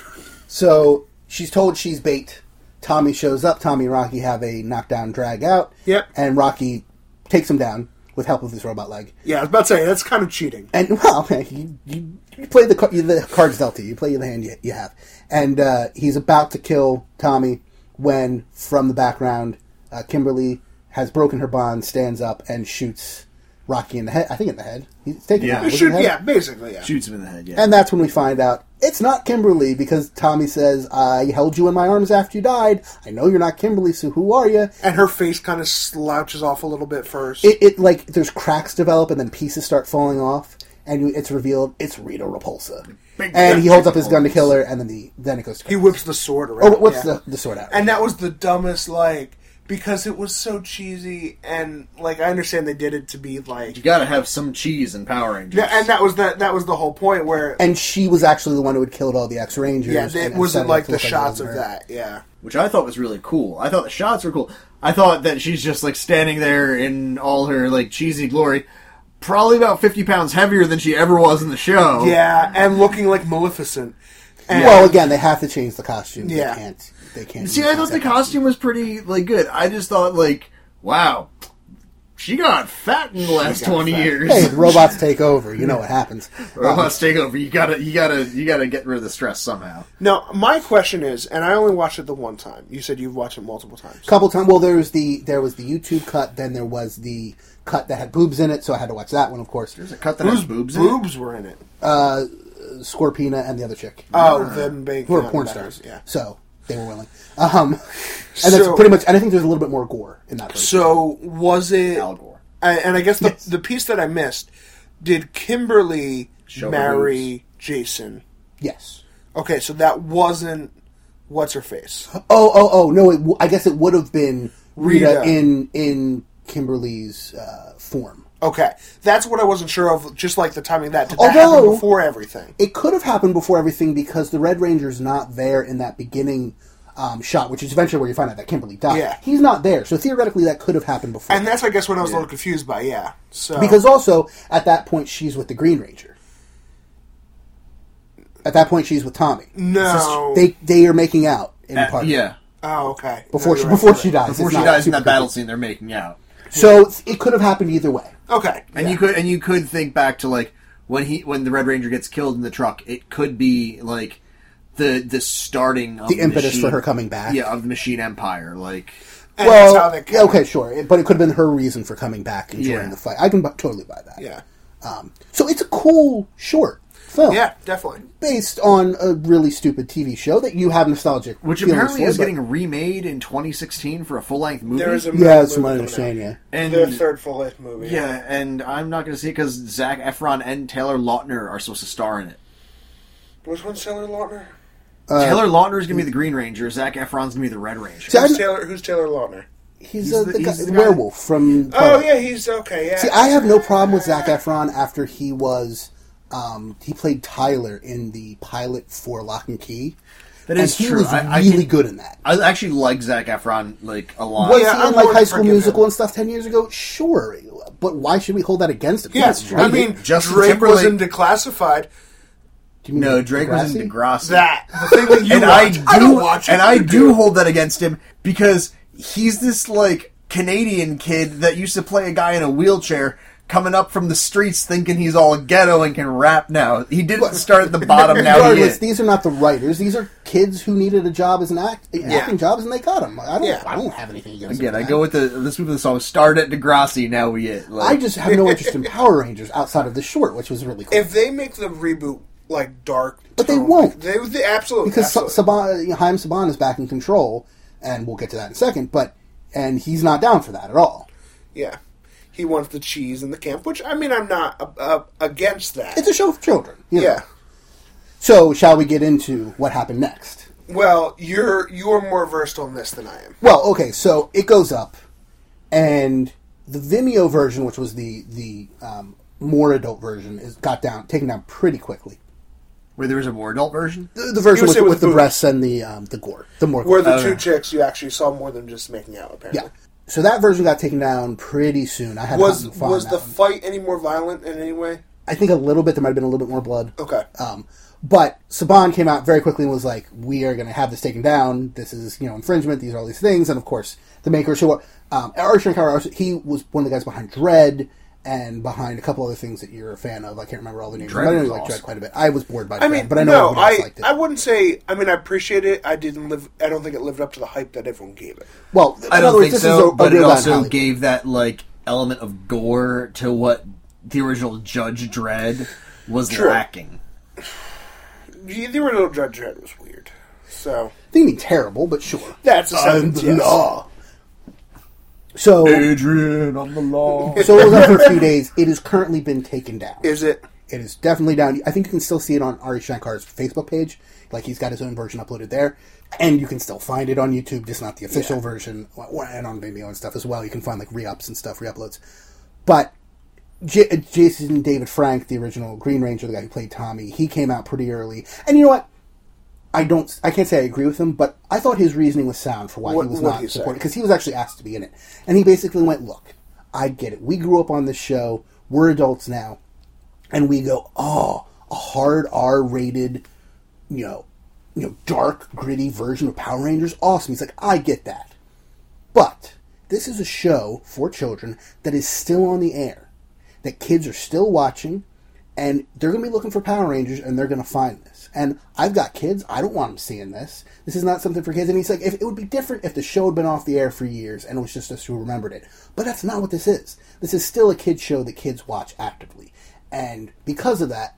Speaker 9: So she's told she's baked. Tommy shows up. Tommy and Rocky have a knockdown drag out.
Speaker 10: Yep.
Speaker 9: And Rocky takes him down with help of his robot leg.
Speaker 10: Yeah, I was about to say that's kind of cheating.
Speaker 9: And well, you, you, you play the ca- you- the cards dealt to you. You play the hand you, you have. And uh, he's about to kill Tommy when, from the background, uh, Kimberly has broken her bond, stands up, and shoots Rocky in the head. I think in the head. He's taken
Speaker 11: Yeah.
Speaker 9: out,
Speaker 10: It
Speaker 9: wasn't
Speaker 10: should,
Speaker 9: it?
Speaker 10: yeah, basically, yeah.
Speaker 11: Shoots him in the head. Yeah.
Speaker 9: And that's when we find out it's not Kimberly because Tommy says, "I held you in my arms after you died. I know you're not Kimberly, so who are you?"
Speaker 10: And her face kind of slouches off a little bit first.
Speaker 9: It, it like there's cracks develop and then pieces start falling off, and it's revealed it's Rita Repulsa.
Speaker 11: Big
Speaker 9: and he
Speaker 11: fat
Speaker 9: holds up his gun to
Speaker 11: chicken
Speaker 9: kill her, and then the then it goes to
Speaker 10: he whips the sword around.
Speaker 9: oh, what's
Speaker 10: yeah.
Speaker 9: the the sword out?
Speaker 10: And that was the dumbest, like, because it was so cheesy, and like I understand they did it to be like,
Speaker 11: You gotta have some cheese and Power Rangers.
Speaker 10: Yeah, and that was that that was the whole point where
Speaker 9: and she was actually the one who had killed all the X Rangers.
Speaker 10: yeah,
Speaker 9: and-
Speaker 10: it
Speaker 9: and set
Speaker 10: wasn't
Speaker 9: up
Speaker 10: like
Speaker 9: to
Speaker 10: the
Speaker 9: look it
Speaker 10: shots
Speaker 9: was
Speaker 10: of
Speaker 9: her.
Speaker 10: that. Yeah,
Speaker 11: which I thought was really cool. I thought the shots were cool. I thought that she's just like standing there in all her like cheesy glory, probably about fifty pounds heavier than she ever was in the show.
Speaker 10: yeah, and looking like Maleficent. And,
Speaker 9: Well, again, they have to change the costume.
Speaker 10: Yeah.
Speaker 9: They can't. They can't.
Speaker 11: See,
Speaker 9: use
Speaker 11: I thought the
Speaker 9: that
Speaker 11: costume was pretty like good. I just thought like, wow, she got fat in the last twenty years.
Speaker 9: Hey, the robots take over. You know what happens.
Speaker 11: Robots take over. You gotta, you gotta, you gotta get rid of the stress somehow.
Speaker 10: now my question is, and I only watched it the one time. You said you've watched it multiple times.
Speaker 9: couple times. Well, there was the there was the YouTube cut. Then there was the cut that had boobs in it. So I had to watch that one, of course.
Speaker 11: There's a cut that has boobs. in it.
Speaker 10: Boobs were in it.
Speaker 9: Scorpina and the other chick,
Speaker 10: Oh, them big
Speaker 9: who are porn
Speaker 10: actors,
Speaker 9: stars.
Speaker 10: Yeah.
Speaker 9: So they were willing. Um, and that's
Speaker 10: So-
Speaker 9: pretty much. And I think there's a little bit more gore in that. version.
Speaker 10: So was it?
Speaker 11: Al Gore.
Speaker 10: I, and I guess the the piece that I missed. Did Kimberly
Speaker 11: Show her
Speaker 10: marry Jason?
Speaker 9: yes.
Speaker 10: Okay, so that wasn't what's her face.
Speaker 9: Oh, oh, oh! No, it w- I guess it would have been Rita,
Speaker 10: Rita.
Speaker 9: in in Kimberly's uh, form.
Speaker 10: Okay, that's what I wasn't sure of. Just like the timing of that did that
Speaker 9: Although-
Speaker 10: happen before everything.
Speaker 9: It could have happened before everything because the Red Ranger's not there in that beginning um, shot, which is eventually where you find out that Kimberly died.
Speaker 10: Yeah.
Speaker 9: He's not there, so theoretically that could have happened before.
Speaker 10: And that's, I guess, what I was a little confused by. Yeah, so
Speaker 9: because also at that point she's with the Green Ranger. At that point she's with Tommy.
Speaker 10: no,
Speaker 9: They they are making out in
Speaker 11: Uh,
Speaker 9: part.
Speaker 11: yeah,
Speaker 10: oh okay
Speaker 9: Before
Speaker 10: No,
Speaker 9: she
Speaker 10: you're right,
Speaker 9: before
Speaker 10: you're
Speaker 9: she
Speaker 10: right.
Speaker 9: dies.
Speaker 11: before
Speaker 9: It's
Speaker 11: she
Speaker 9: not
Speaker 11: dies in that
Speaker 9: super
Speaker 11: battle
Speaker 9: creepy.
Speaker 11: scene, they're making out.
Speaker 9: So it's- it could have happened either way.
Speaker 10: Okay,
Speaker 11: And you could and you could think back to like when he when the Red Ranger gets killed in the truck, it could be like the the starting of
Speaker 9: The impetus
Speaker 11: machine-
Speaker 9: for her coming back.
Speaker 11: Yeah, of the machine empire. Like
Speaker 10: And that's
Speaker 9: well,
Speaker 10: how they
Speaker 9: yeah, okay, sure, It- but it could have been her reason for coming back and joining
Speaker 11: Yeah.
Speaker 9: the fight. I can bu- totally buy that.
Speaker 10: Yeah,
Speaker 9: Um, so it's a cool short film,
Speaker 10: yeah, definitely.
Speaker 9: based on a really stupid TV show that you have nostalgic,
Speaker 11: which
Speaker 9: feelings
Speaker 11: apparently
Speaker 9: for,
Speaker 11: is
Speaker 9: but-
Speaker 11: getting remade in 2016 for a full length movie.
Speaker 10: There is a
Speaker 9: Yeah, that's
Speaker 10: movie
Speaker 9: my
Speaker 10: coming
Speaker 9: understanding.
Speaker 10: out.
Speaker 9: Yeah.
Speaker 11: and
Speaker 10: Their third full length movie.
Speaker 11: yeah, and I'm not going to see it because Zach Efron and Taylor Lautner are supposed to star in it.
Speaker 10: which one's Taylor Lautner?
Speaker 9: Uh,
Speaker 11: Taylor Lautner is going to be the Green Ranger. Zach Efron's going to be the Red Ranger.
Speaker 9: See, I-
Speaker 10: Who's Taylor? Who's Taylor Lautner?
Speaker 9: He's,
Speaker 11: He's
Speaker 9: uh,
Speaker 11: the-
Speaker 9: the,
Speaker 11: he's
Speaker 9: guy-
Speaker 11: the
Speaker 9: the
Speaker 11: guy-
Speaker 9: werewolf from.
Speaker 10: Oh
Speaker 9: Twilight.
Speaker 10: yeah, he's okay. Yeah.
Speaker 9: See, I have no problem with Zach Efron after he was. Um, he played Tyler in the pilot for Lock and Key.
Speaker 11: That is
Speaker 9: and he
Speaker 11: true.
Speaker 9: was
Speaker 11: I- I
Speaker 9: really
Speaker 11: can- Oh,
Speaker 9: good in that.
Speaker 11: I actually like Zach Efron like a lot.
Speaker 9: Was
Speaker 10: yeah,
Speaker 9: he
Speaker 10: I'm
Speaker 9: in like
Speaker 10: willing
Speaker 9: High
Speaker 10: to
Speaker 9: School
Speaker 10: forgive
Speaker 9: Musical
Speaker 10: him.
Speaker 9: and stuff ten years ago? Sure, but why should we hold that against him? He
Speaker 10: yeah,
Speaker 9: was
Speaker 10: I
Speaker 9: great.
Speaker 10: mean,
Speaker 11: Justin
Speaker 10: Drake was
Speaker 11: Timberlake-
Speaker 10: in Declassified.
Speaker 9: Do you mean
Speaker 11: No, Drake was in
Speaker 9: Degrassi?
Speaker 11: Degrassi.
Speaker 10: That the thing that you
Speaker 11: and I
Speaker 10: watch.
Speaker 11: do,
Speaker 10: don't watch it.
Speaker 11: and I
Speaker 10: You
Speaker 11: do, hold that against him because he's this like Canadian kid that used to play a guy in a wheelchair coming up from the streets thinking he's all ghetto and can rap now. He didn't start at the bottom now. He
Speaker 9: Regardless,
Speaker 11: is.
Speaker 9: these are not the writers. These are kids who needed a job as an act, acting jobs, and they got them. I don't.
Speaker 10: Yeah.
Speaker 9: I don't have anything against.
Speaker 11: Again,
Speaker 9: them
Speaker 11: I
Speaker 9: for
Speaker 11: go
Speaker 9: that.
Speaker 11: with the let's move to the song. Start at Degrassi. Now we it.
Speaker 9: I
Speaker 11: Like,
Speaker 9: just have no interest in Power Rangers outside of the short, which was really cool.
Speaker 10: If they make the reboot like dark,
Speaker 9: But they
Speaker 10: tone,
Speaker 9: won't.
Speaker 10: They, they absolutely
Speaker 9: because Sa-
Speaker 10: absolutely.
Speaker 9: Saban, you know, Haim Saban is back in control, and we'll get to that in a second. But and he's not down for that at all.
Speaker 10: yeah, he wants the cheese in the camp, which I mean, I'm not uh, uh, against that.
Speaker 9: It's a show for children. you know.
Speaker 10: yeah.
Speaker 9: So shall we get into what happened next?
Speaker 10: Well, you're you're more versed on this than I am.
Speaker 9: Well, okay, so it goes up, and the Vimeo version, which was the the um, more adult version, is got down taken down pretty quickly.
Speaker 11: where there was a more adult version.
Speaker 9: The, the version
Speaker 10: would
Speaker 9: with,
Speaker 10: say with
Speaker 9: with the
Speaker 10: boobs.
Speaker 9: breasts and the um, the gore, the more
Speaker 10: Where
Speaker 9: gore.
Speaker 10: the two chicks you actually saw more than just making out. Apparently,
Speaker 9: yeah. So that version got taken down pretty soon. I had
Speaker 10: was
Speaker 9: to find
Speaker 10: was
Speaker 9: that
Speaker 10: the
Speaker 9: one.
Speaker 10: fight any more violent in any way?
Speaker 9: I think a little bit. There might have been a little bit more blood.
Speaker 10: Okay,
Speaker 9: Um, But Saban came out very quickly and was like, "We are going to have this taken down. This is you know infringement. These are all these things." And of course, the maker show up. Um, Ari Shankar, he was one of the guys behind Dread and behind a couple other things that you're a fan of. I can't remember all the names.
Speaker 11: Dredd
Speaker 9: but I know
Speaker 11: was
Speaker 9: you like Dread
Speaker 11: awesome.
Speaker 9: quite a bit. I was bored by
Speaker 10: I
Speaker 9: Dread,
Speaker 10: mean,
Speaker 9: but I know
Speaker 10: no,
Speaker 9: everyone else
Speaker 10: I
Speaker 9: liked it.
Speaker 10: I wouldn't say. I mean, I appreciate it. I didn't live. I don't think it lived up to the hype that everyone gave it.
Speaker 9: well, in
Speaker 11: I
Speaker 9: other
Speaker 11: don't
Speaker 9: words,
Speaker 11: think
Speaker 9: this
Speaker 11: so,
Speaker 9: is a, a
Speaker 11: but
Speaker 9: real
Speaker 11: it
Speaker 9: guy in
Speaker 11: also
Speaker 9: Hollywood.
Speaker 11: gave that like element of gore to what the original Judge Dredd was
Speaker 10: True.
Speaker 11: lacking.
Speaker 10: The the original Judge Dredd was weird. So
Speaker 9: didn't mean terrible, but sure.
Speaker 10: that's a sentence. yes.
Speaker 9: So,
Speaker 11: Adrian on the law.
Speaker 9: so it was up for a few days. It has currently been taken down.
Speaker 10: Is it?
Speaker 9: It is definitely down. I think you can still see it on Ari Shankar's Facebook page. Like he's got his own version uploaded there, and you can still find it on YouTube, just not the official version, or- and on Vimeo and stuff as well. You can find like re-ups and stuff, re-uploads. But J- uh, Jason David Frank, the original Green Ranger, the guy who played Tommy, he came out pretty early. And you know what? I don't. I can't say I agree with him, but I thought his reasoning was sound for why
Speaker 10: What-
Speaker 9: he was
Speaker 10: what
Speaker 9: not
Speaker 10: he said.
Speaker 9: supported because he was actually asked to be in it, and he basically went, "Look, I get it. We grew up on this show. We're adults now, and we go, oh, a hard R-rated, you know, you know, dark, gritty version of Power Rangers. Awesome." He's like, "I get that." But this is a show for children that is still on the air, that kids are still watching, and they're going to be looking for Power Rangers and they're going to find this. And I've got kids. I don't want them seeing this. This is not something for kids. And he's like, if, it would be different if the show had been off the air for years and it was just us who remembered it. But that's not what this is. This is still a kids show that kids watch actively. And because of that,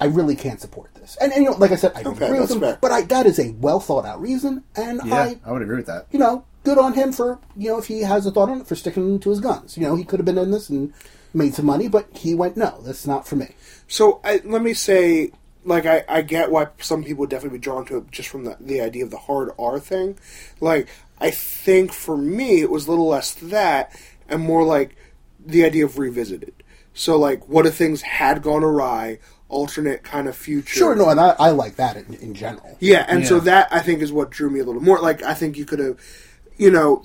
Speaker 9: I really can't support this. And, and you know, like I said, I don't
Speaker 10: Okay,
Speaker 9: agree with
Speaker 10: that's
Speaker 9: him,
Speaker 10: fair.
Speaker 9: but I, that is a well thought out reason, and
Speaker 11: yeah,
Speaker 9: I
Speaker 11: I would agree with that.
Speaker 9: you know, good on him for, you know, if he has a thought on it, for sticking to his guns. You know, he could have been in this and made some money, but he went, no, that's not for me.
Speaker 10: So I, let me say, like, I, I get why some people would definitely be drawn to it just from the, the idea of the hard R thing. Like, I think for me, it was a little less that and more like the idea of revisited. So, like, what if things had gone awry, alternate kind of future?
Speaker 9: Sure, no, and I, I like that in, in general.
Speaker 10: Yeah, and so
Speaker 11: Yeah.
Speaker 10: that I think is what drew me a little more. Like I think you could have, you know,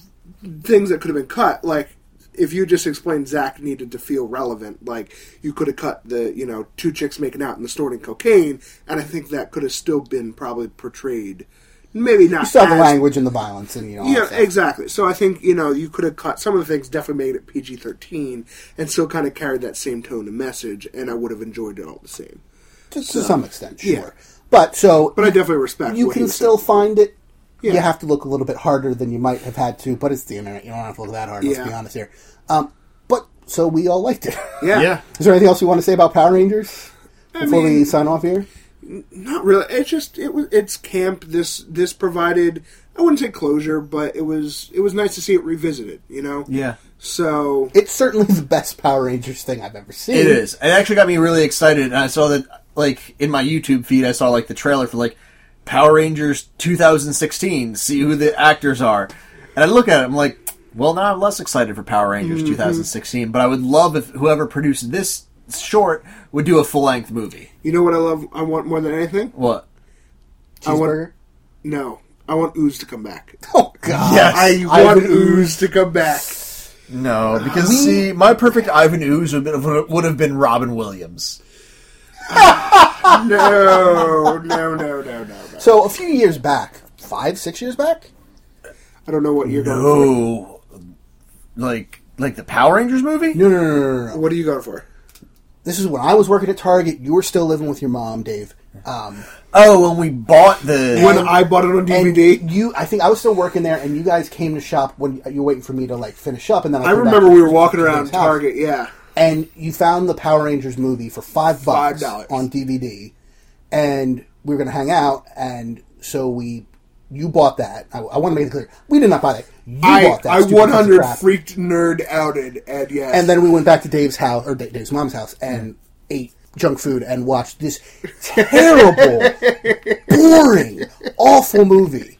Speaker 10: things that could have been cut. Like if you just explained Zach needed to feel relevant, like you could have cut the you know two chicks making out and the snorting cocaine, and I think that could have still been probably portrayed. Maybe not.
Speaker 9: You saw the
Speaker 10: as-
Speaker 9: language and the violence and, you know, all that
Speaker 10: Yeah,
Speaker 9: stuff.
Speaker 10: exactly. So I think you know you could have cut some of the things. Definitely made it PG thirteen, and still kind of carried that same tone and message, and I would have enjoyed it all the same.
Speaker 9: to, to some extent, sure.
Speaker 10: yeah.
Speaker 9: But so.
Speaker 10: But I definitely respect.
Speaker 9: You
Speaker 10: what he
Speaker 9: can
Speaker 10: was
Speaker 9: still find it. You
Speaker 10: Yeah.
Speaker 9: have to look a little bit harder than you might have had to, but it's the internet. You don't have to look that hard, let's
Speaker 10: Yeah.
Speaker 9: be honest here. Um, but, so we all liked it.
Speaker 10: saying.
Speaker 11: Yeah.
Speaker 9: Is there anything else you want to say about Power Rangers before we
Speaker 10: mean-
Speaker 9: sign off here?
Speaker 10: Not really. It's just it was it's camp. This this provided I wouldn't say closure, but it was it was nice to see it revisited. You know.
Speaker 11: Yeah.
Speaker 10: So
Speaker 9: It's certainly the best Power Rangers thing I've ever seen.
Speaker 11: It is. It actually got me really excited. And I saw that, like, in my YouTube feed, I saw, like, the trailer for, like, Power Rangers 2016, see who the actors are. And I look at it, I'm like, well, now I'm less excited for Power Rangers
Speaker 9: Mm-hmm.
Speaker 11: 2016, but I would love if whoever produced this short would do a full length movie.
Speaker 10: you know what I love? I want more than anything.
Speaker 11: What?
Speaker 10: I want-
Speaker 9: Cheeseburger.
Speaker 10: No, I want Ooze to come back.
Speaker 9: Oh God!
Speaker 11: Yes.
Speaker 10: I
Speaker 11: Ivan
Speaker 10: want Ooze to come back.
Speaker 11: No, because, see, my perfect Ivan Ooze would, have- would have been Robin Williams.
Speaker 10: No, no, no, no, no, no.
Speaker 9: So a few years back, five, six years back,
Speaker 10: I don't know what you're going
Speaker 11: Oh. Like, like the Power Rangers movie?
Speaker 9: no, no, no, no, no,
Speaker 10: for.
Speaker 9: no.
Speaker 10: What are you going for?
Speaker 9: This is when I was working at Target. You were still living with your mom, Dave. Um,
Speaker 11: Oh, when we bought the.
Speaker 10: When I bought it on
Speaker 9: and
Speaker 10: DVD,
Speaker 9: you, I think I was still working there, and you guys came to shop when you were waiting for me to like finish up, and then I,
Speaker 10: I
Speaker 9: came back
Speaker 10: remember
Speaker 9: to-
Speaker 10: we were walking
Speaker 9: to
Speaker 10: around
Speaker 9: Dave's house,
Speaker 10: Target. Yeah,
Speaker 9: and you found the Power Rangers movie for five bucks
Speaker 10: $5.
Speaker 9: on DVD, and we were going to hang out, and so we. You bought that. I, I want to make it clear. We did not buy that. You
Speaker 10: I
Speaker 9: bought that.
Speaker 10: I
Speaker 9: stupid piece of
Speaker 10: 100
Speaker 9: crap.
Speaker 10: freaked nerd outed, and yes,
Speaker 9: And then we went back to Dave's house or Da- Dave's mom's house and ate junk food and watched this terrible, boring, awful movie.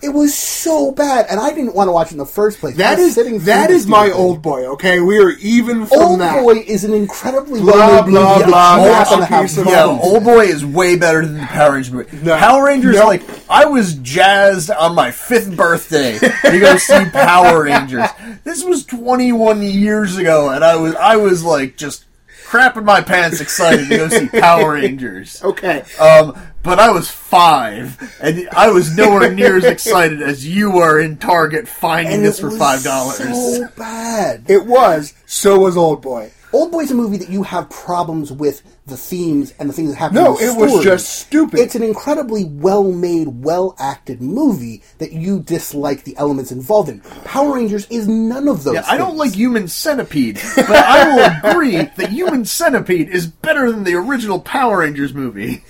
Speaker 9: It was so bad, and I didn't want to watch it in the first place.
Speaker 10: That
Speaker 9: I was
Speaker 10: is
Speaker 9: sitting through
Speaker 10: that
Speaker 9: this
Speaker 10: is my
Speaker 9: stupid thing.
Speaker 10: old boy. Okay, we are even from
Speaker 9: Old
Speaker 10: that.
Speaker 9: boy is an incredibly
Speaker 10: Blah,
Speaker 9: well-made
Speaker 10: blah,
Speaker 9: movie.
Speaker 10: blah,
Speaker 9: It's not gonna
Speaker 10: masterpiece
Speaker 9: have
Speaker 10: of
Speaker 11: Yeah,
Speaker 9: problems.
Speaker 11: Old Boy is way better than the Power Rangers movie.
Speaker 10: No.
Speaker 11: Power Rangers,
Speaker 10: No.
Speaker 11: like, I was jazzed on my fifth birthday to go see Power Rangers. This was 21 years ago, and I was, I was like, just crapping my pants excited to go see Power Rangers.
Speaker 10: Okay.
Speaker 11: Um, but I was five, and I was nowhere near as excited as you were in Target finding this
Speaker 9: it
Speaker 11: for
Speaker 9: was
Speaker 11: five dollars.
Speaker 9: So bad.
Speaker 10: It was. So was Old Boy.
Speaker 9: Old Boy's a movie that you have problems with the themes and the things that happen.
Speaker 10: No,
Speaker 9: in the
Speaker 10: it was
Speaker 9: story.
Speaker 10: just stupid.
Speaker 9: It's an incredibly well-made, well-acted movie that you dislike the elements involved in. Power Rangers is none of those.
Speaker 11: Yeah, I don't
Speaker 9: things.
Speaker 11: like Human Centipede, but I will agree that Human Centipede is better than the original Power Rangers movie.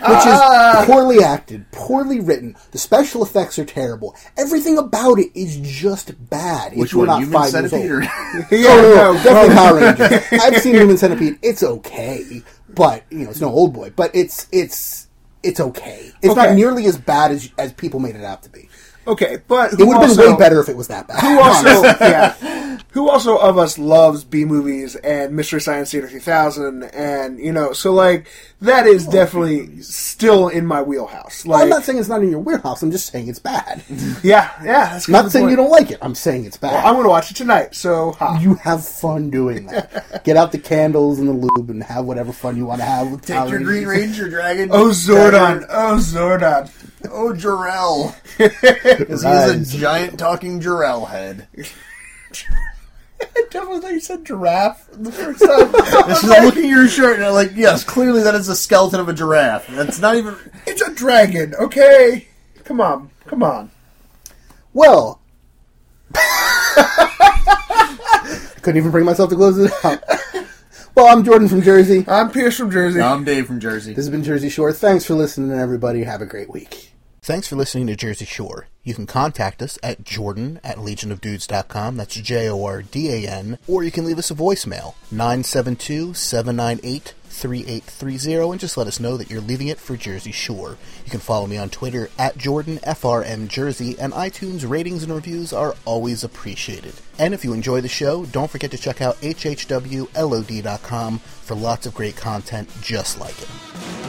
Speaker 9: which is
Speaker 11: Ah!
Speaker 9: poorly acted, poorly written. The special effects are terrible. Everything about it is just bad. if
Speaker 11: Which
Speaker 9: you're
Speaker 11: one,
Speaker 9: not
Speaker 11: Human
Speaker 9: five
Speaker 11: Centipede?
Speaker 9: years
Speaker 11: Or...
Speaker 9: old. oh, no, no, definitely Power Rangers. I've seen Human Centipede. It's okay, but you know, it's no old boy. But it's it's it's okay. It's not
Speaker 10: Okay.
Speaker 9: nearly as bad as as people made it out to be.
Speaker 10: Okay, but
Speaker 9: It
Speaker 10: who
Speaker 9: would have been
Speaker 10: also-
Speaker 9: way better if it was that bad.
Speaker 10: Who also, yeah, who also of us loves B movies and Mystery Science Theater 3000, and you know, so like that is
Speaker 9: Oh,
Speaker 10: definitely still in my wheelhouse. Like,
Speaker 9: I'm not saying it's not in your warehouse. I'm just saying it's bad.
Speaker 10: yeah, yeah, that's a
Speaker 9: not
Speaker 10: good
Speaker 9: saying
Speaker 10: point.
Speaker 9: you don't like it. I'm saying it's bad.
Speaker 10: I'm gonna watch it tonight. So ha.
Speaker 9: you have fun doing that. Get out the candles and the lube and have whatever fun you want to have with Power Rangers.
Speaker 11: Ranger dragon.
Speaker 10: oh Zordon, oh Zordon.
Speaker 11: Oh Jarell. Because
Speaker 9: Rise.
Speaker 11: he's a giant talking Jarell head.
Speaker 10: I definitely thought you said giraffe the first time.
Speaker 11: This is, I'm looking at your shirt and I'm like, yes, clearly that is the skeleton of a giraffe. That's not even.
Speaker 10: it's a dragon, okay? Come on, come on.
Speaker 9: Well, couldn't even bring myself to close it out. Well, I'm Jordan from Jersey.
Speaker 10: I'm Pierce from Jersey.
Speaker 11: I'm Dave from Jersey.
Speaker 9: This has been Jersey Shore. Thanks for listening, everybody. Have a great week. Thanks for listening to Jersey Shore. You can contact us at jordan at legionofdudes.com. That's J O R D A N. Or you can leave us a voicemail, 972 798 3830, and just let us know that you're leaving it for Jersey Shore. You can follow me on Twitter at Jordan FRM Jersey, and iTunes ratings and reviews are always appreciated. And if you enjoy the show, don't forget to check out hhwlod.com for lots of great content just like it.